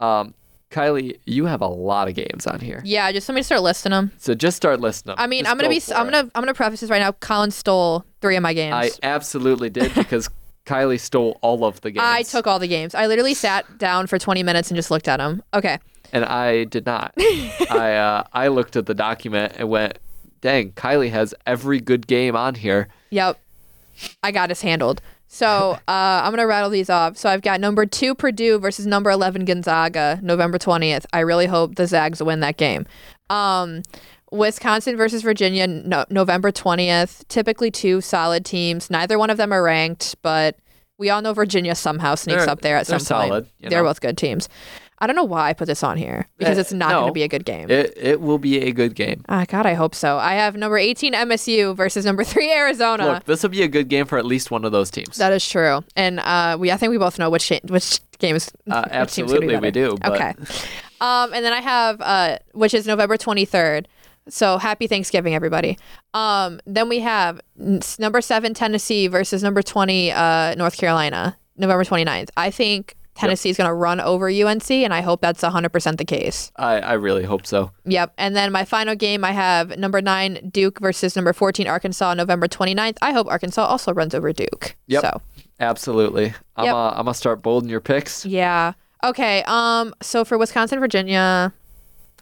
Um, Kylie, you have a lot of games on here,
Yeah. Just somebody start listing them.
so just start listing them.
I mean,
Just
I'm gonna
go
be.
for
I'm
it.
gonna. I'm gonna preface this right now. Colin stole three of my games.
I absolutely did because Kylie stole all of the games.
I took all the games. I literally sat down for 20 minutes and just looked at them. Okay.
and I did not. I uh, I looked at the document and went, "Dang, Kylie has every good game on here."
Yep. I got us handled. So uh, I'm going to rattle these off. So I've got number two, Purdue versus number 11, Gonzaga, November 20th. I really hope the Zags win that game. Um, Wisconsin versus Virginia, no- November 20th. Typically two solid teams. Neither one of them are ranked, but we all know Virginia somehow sneaks
They're-
up there at
they're
some point.
solid, you
They're
know.
both good teams. I don't know why I put this on here because
Eh,
it's not
no.
going to be a good game.
It it will be a good game.
Ah, God, I hope so. I have number 18 MSU versus number three Arizona.
Look, this will be a good game for at least one of those teams.
That is true, and uh, we I think we both know which which game is
Uh,
which team's gonna be
absolutely, we
better.
do. But
Okay, um, and then I have uh, which is November twenty third. So happy Thanksgiving, everybody. Um, then we have n- s- number seven Tennessee versus number twenty uh, North Carolina, November 29th. I think Tennessee is going to run over UNC, and I hope that's hundred percent the case.
I, I really hope so.
Yep. And then my final game, I have number nine Duke versus number fourteen Arkansas, November 29th. I hope Arkansas also runs over Duke.
Yep.
So.
Absolutely. I'm
Yep.
uh, I'm gonna start bolding your picks.
Yeah. Okay. Um. So for Wisconsin, Virginia,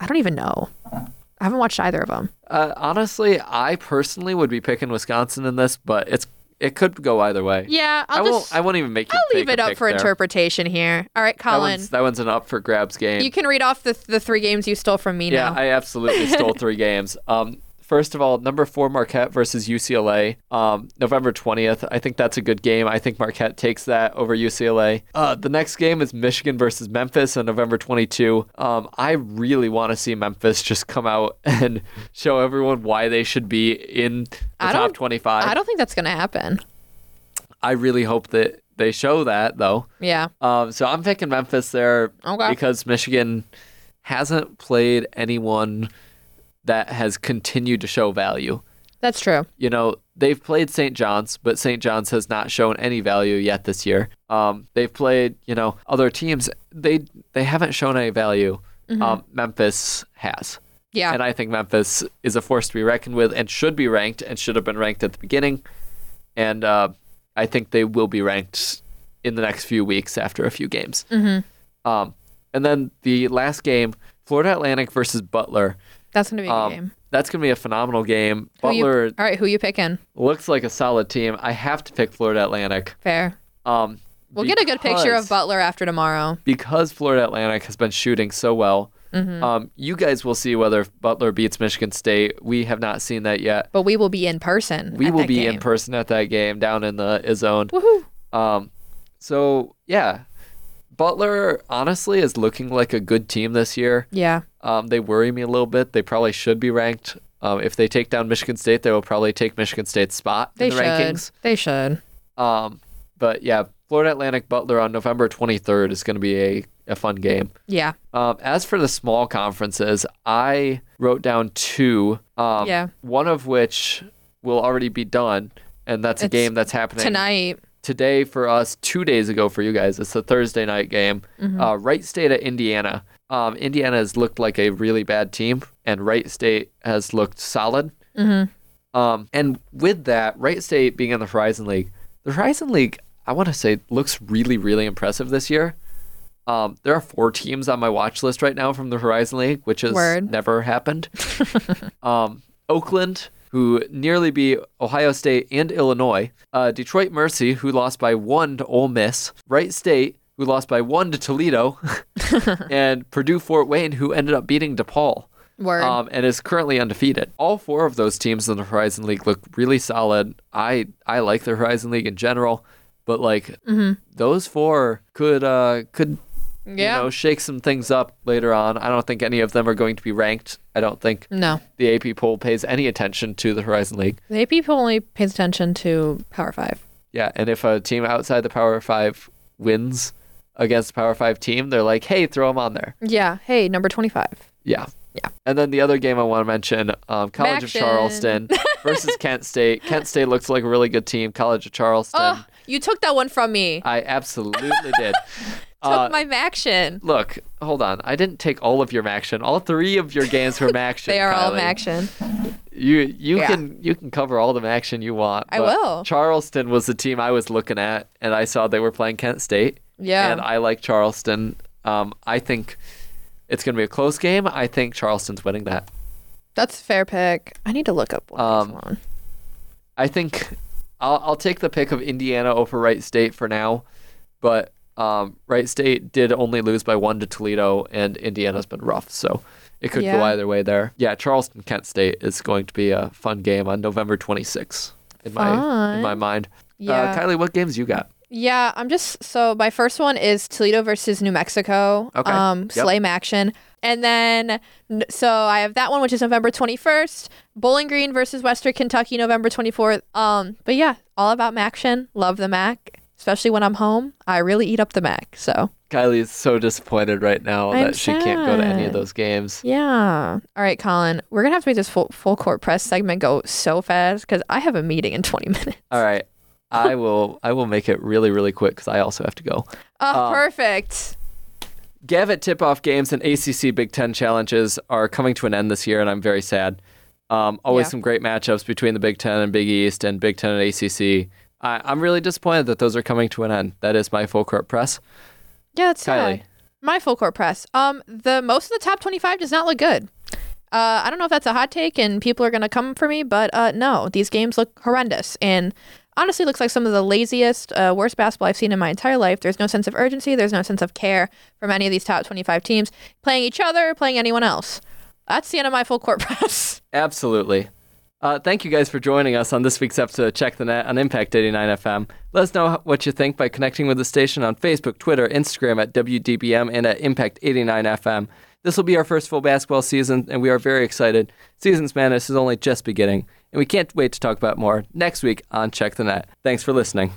I don't even know. I haven't watched either of them.
Uh, honestly, I personally would be picking Wisconsin in this, but it's it could go either way.
Yeah.
I
I'll
won't.
just.
I won't even make you.
I'll leave
take
it
a
up
pick
for
there.
interpretation here. All right,
That
Colin.
one's, that one's an up for grabs game.
You can read off the the three games you stole from me
yeah,
now.
I absolutely stole three games. Um, first of all, number four Marquette versus UCLA, um, November twentieth. I think that's a good game. I think Marquette takes that over UCLA. Uh, the next game is Michigan versus Memphis on November twenty-two. Um, I really want to see Memphis just come out and show everyone why they should be in the
I
top
don't-
twenty-five.
I don't think that's gonna happen.
I really hope that they show that though.
Yeah.
Um, so I'm picking Memphis there
Okay.
because Michigan hasn't played anyone that has continued to show value.
That's true.
You know, they've played St. John's, but St. John's has not shown any value yet this year. Um, they've played, you know, other teams. They they haven't shown any value. Um, Memphis has.
Yeah.
And I think Memphis is a force to be reckoned with and should be ranked and should have been ranked at the beginning. And uh, I think they will be ranked in the next few weeks after a few games. Mm-hmm. Um, and then the last game, Florida Atlantic versus Butler.
that's gonna be a good
Um,
game.
That's going to be a phenomenal game.
Who you-
Butler
all right, who you picking?
looks like a solid team. I have to pick Florida Atlantic.
Fair.
Um,
We'll get a good picture of
because-
Butler after tomorrow.
because Florida Atlantic has been shooting so well,
Mm-hmm.
um, you guys will see whether Butler beats Michigan State. We have not seen that yet.
But we will be in person.
We
at
will
that
be
game.
in person at that game down in the zone.
Woohoo.
Um, so yeah, Butler honestly is looking like a good team this year.
Yeah.
Um, they worry me a little bit. They probably should be ranked. Um, if they take down Michigan State, they will probably take Michigan State's spot
They
in the
should.
rankings.
They should.
Um, but yeah, Florida Atlantic Butler on November 23rd is going to be a, a fun game.
Yeah.
Um, as for the small conferences, I wrote down two. Um,
Yeah.
One of which will already be done, and that's a
It's
game that's happening
Tonight.
today for us. Two days ago for you guys, it's a Thursday night game. Uh, Wright State at Indiana. Um, Indiana has looked like a really bad team, and Wright State has looked solid. Um, and with that, Wright State being in the Horizon League, the Horizon League, I want to say, looks really, really impressive this year. Um, there are four teams on my watch list right now from the Horizon League, which has
Word.
never happened. um, Oakland, who nearly beat Ohio State and Illinois. Uh, Detroit Mercy, who lost by one to Ole Miss. Wright State, who lost by one to Toledo. and Purdue Fort Wayne, who ended up beating DePaul
Word.
um, and is currently undefeated. All four of those teams in the Horizon League look really solid. I I like the Horizon League in general, but like those four could uh, could
Yeah.
you know shake some things up later on. I don't think any of them are going to be ranked. I don't think
no.
the AP poll pays any attention to the Horizon League.
The AP only pays attention to Power Five.
Yeah, and if a team outside the Power Five wins against a Power Five team, they're like, hey, throw them on there.
Yeah. Hey, number twenty-five.
Yeah.
Yeah.
And then the other game I want to mention, um, College of
Maction.
Charleston versus Kent State. Kent State looks like a really good team. College of Charleston.
Oh, you took that one from me.
I absolutely did.
took
Uh,
my Maction.
look, hold on. I didn't take all of your Maction. All three of your games were Maction.
They are all
Kylie.
Maction.
You you
Yeah.
can you can cover all the Maction you want.
I
but
will.
Charleston was the team I was looking at, and I saw they were playing Kent State.
Yeah.
And I like Charleston. Um, I think it's going to be a close game. I think Charleston's winning that.
That's a fair pick. I need to look up one.
Um,
Hold on.
I think I'll, I'll take the pick of Indiana over Wright State for now, but um, Wright State did only lose by one to Toledo, and Indiana's been rough, so it could go
Yeah.
either way there. Yeah, Charleston Kent State is going to be a fun game on November 26th in my in my
Fun.
mind.
Yeah.
Uh, Kylie, what games you got?
Yeah, I'm just so my first one is Toledo versus New Mexico.
Okay.
Um,
Yep.
Slame action, and then n- so I have that one, which is November 21st. Bowling Green versus Western Kentucky, November 24th. Um, but yeah, all about Maction. Love the Mac, especially when I'm home. I really eat up the Mac. So
Kylie is so disappointed right now
I'm
that she can't go to any of
sad.
those games.
yeah. All right, Colin, we're gonna have to make this full full court press segment go so fast because I have a meeting in 20 minutes.
All right. I will I will make it really really quick cuz I also have to go.
Oh,
Um,
perfect.
Gavitt tip-off games and ACC Big 10 challenges are coming to an end this year and I'm very sad. Um, always
Yeah.
some great matchups between the Big 10 and Big East and Big 10 and ACC. I, I'm really disappointed that those are coming to an end. That is my full court press.
Yeah, it's sad.
Kylie.
My full court press. Um, the most of the top twenty-five does not look good. Uh, I don't know if that's a hot take and people are gonna come for me, but uh, no, these games look horrendous and honestly looks like some of the laziest, uh, worst basketball I've seen in my entire life. There's no sense of urgency. There's no sense of care from any of these top twenty-five teams playing each other, playing anyone else. That's the end of my full court press.
Absolutely. Uh, thank you guys for joining us on this week's episode of Check the Net on Impact 89 FM. Let us know what you think by connecting with the station on Facebook, Twitter, Instagram at WDBM and at Impact 89 FM. This will be our first full basketball season, and we are very excited. Season's Madness is only just beginning, and we can't wait to talk about more next week on Check the Net. Thanks for listening.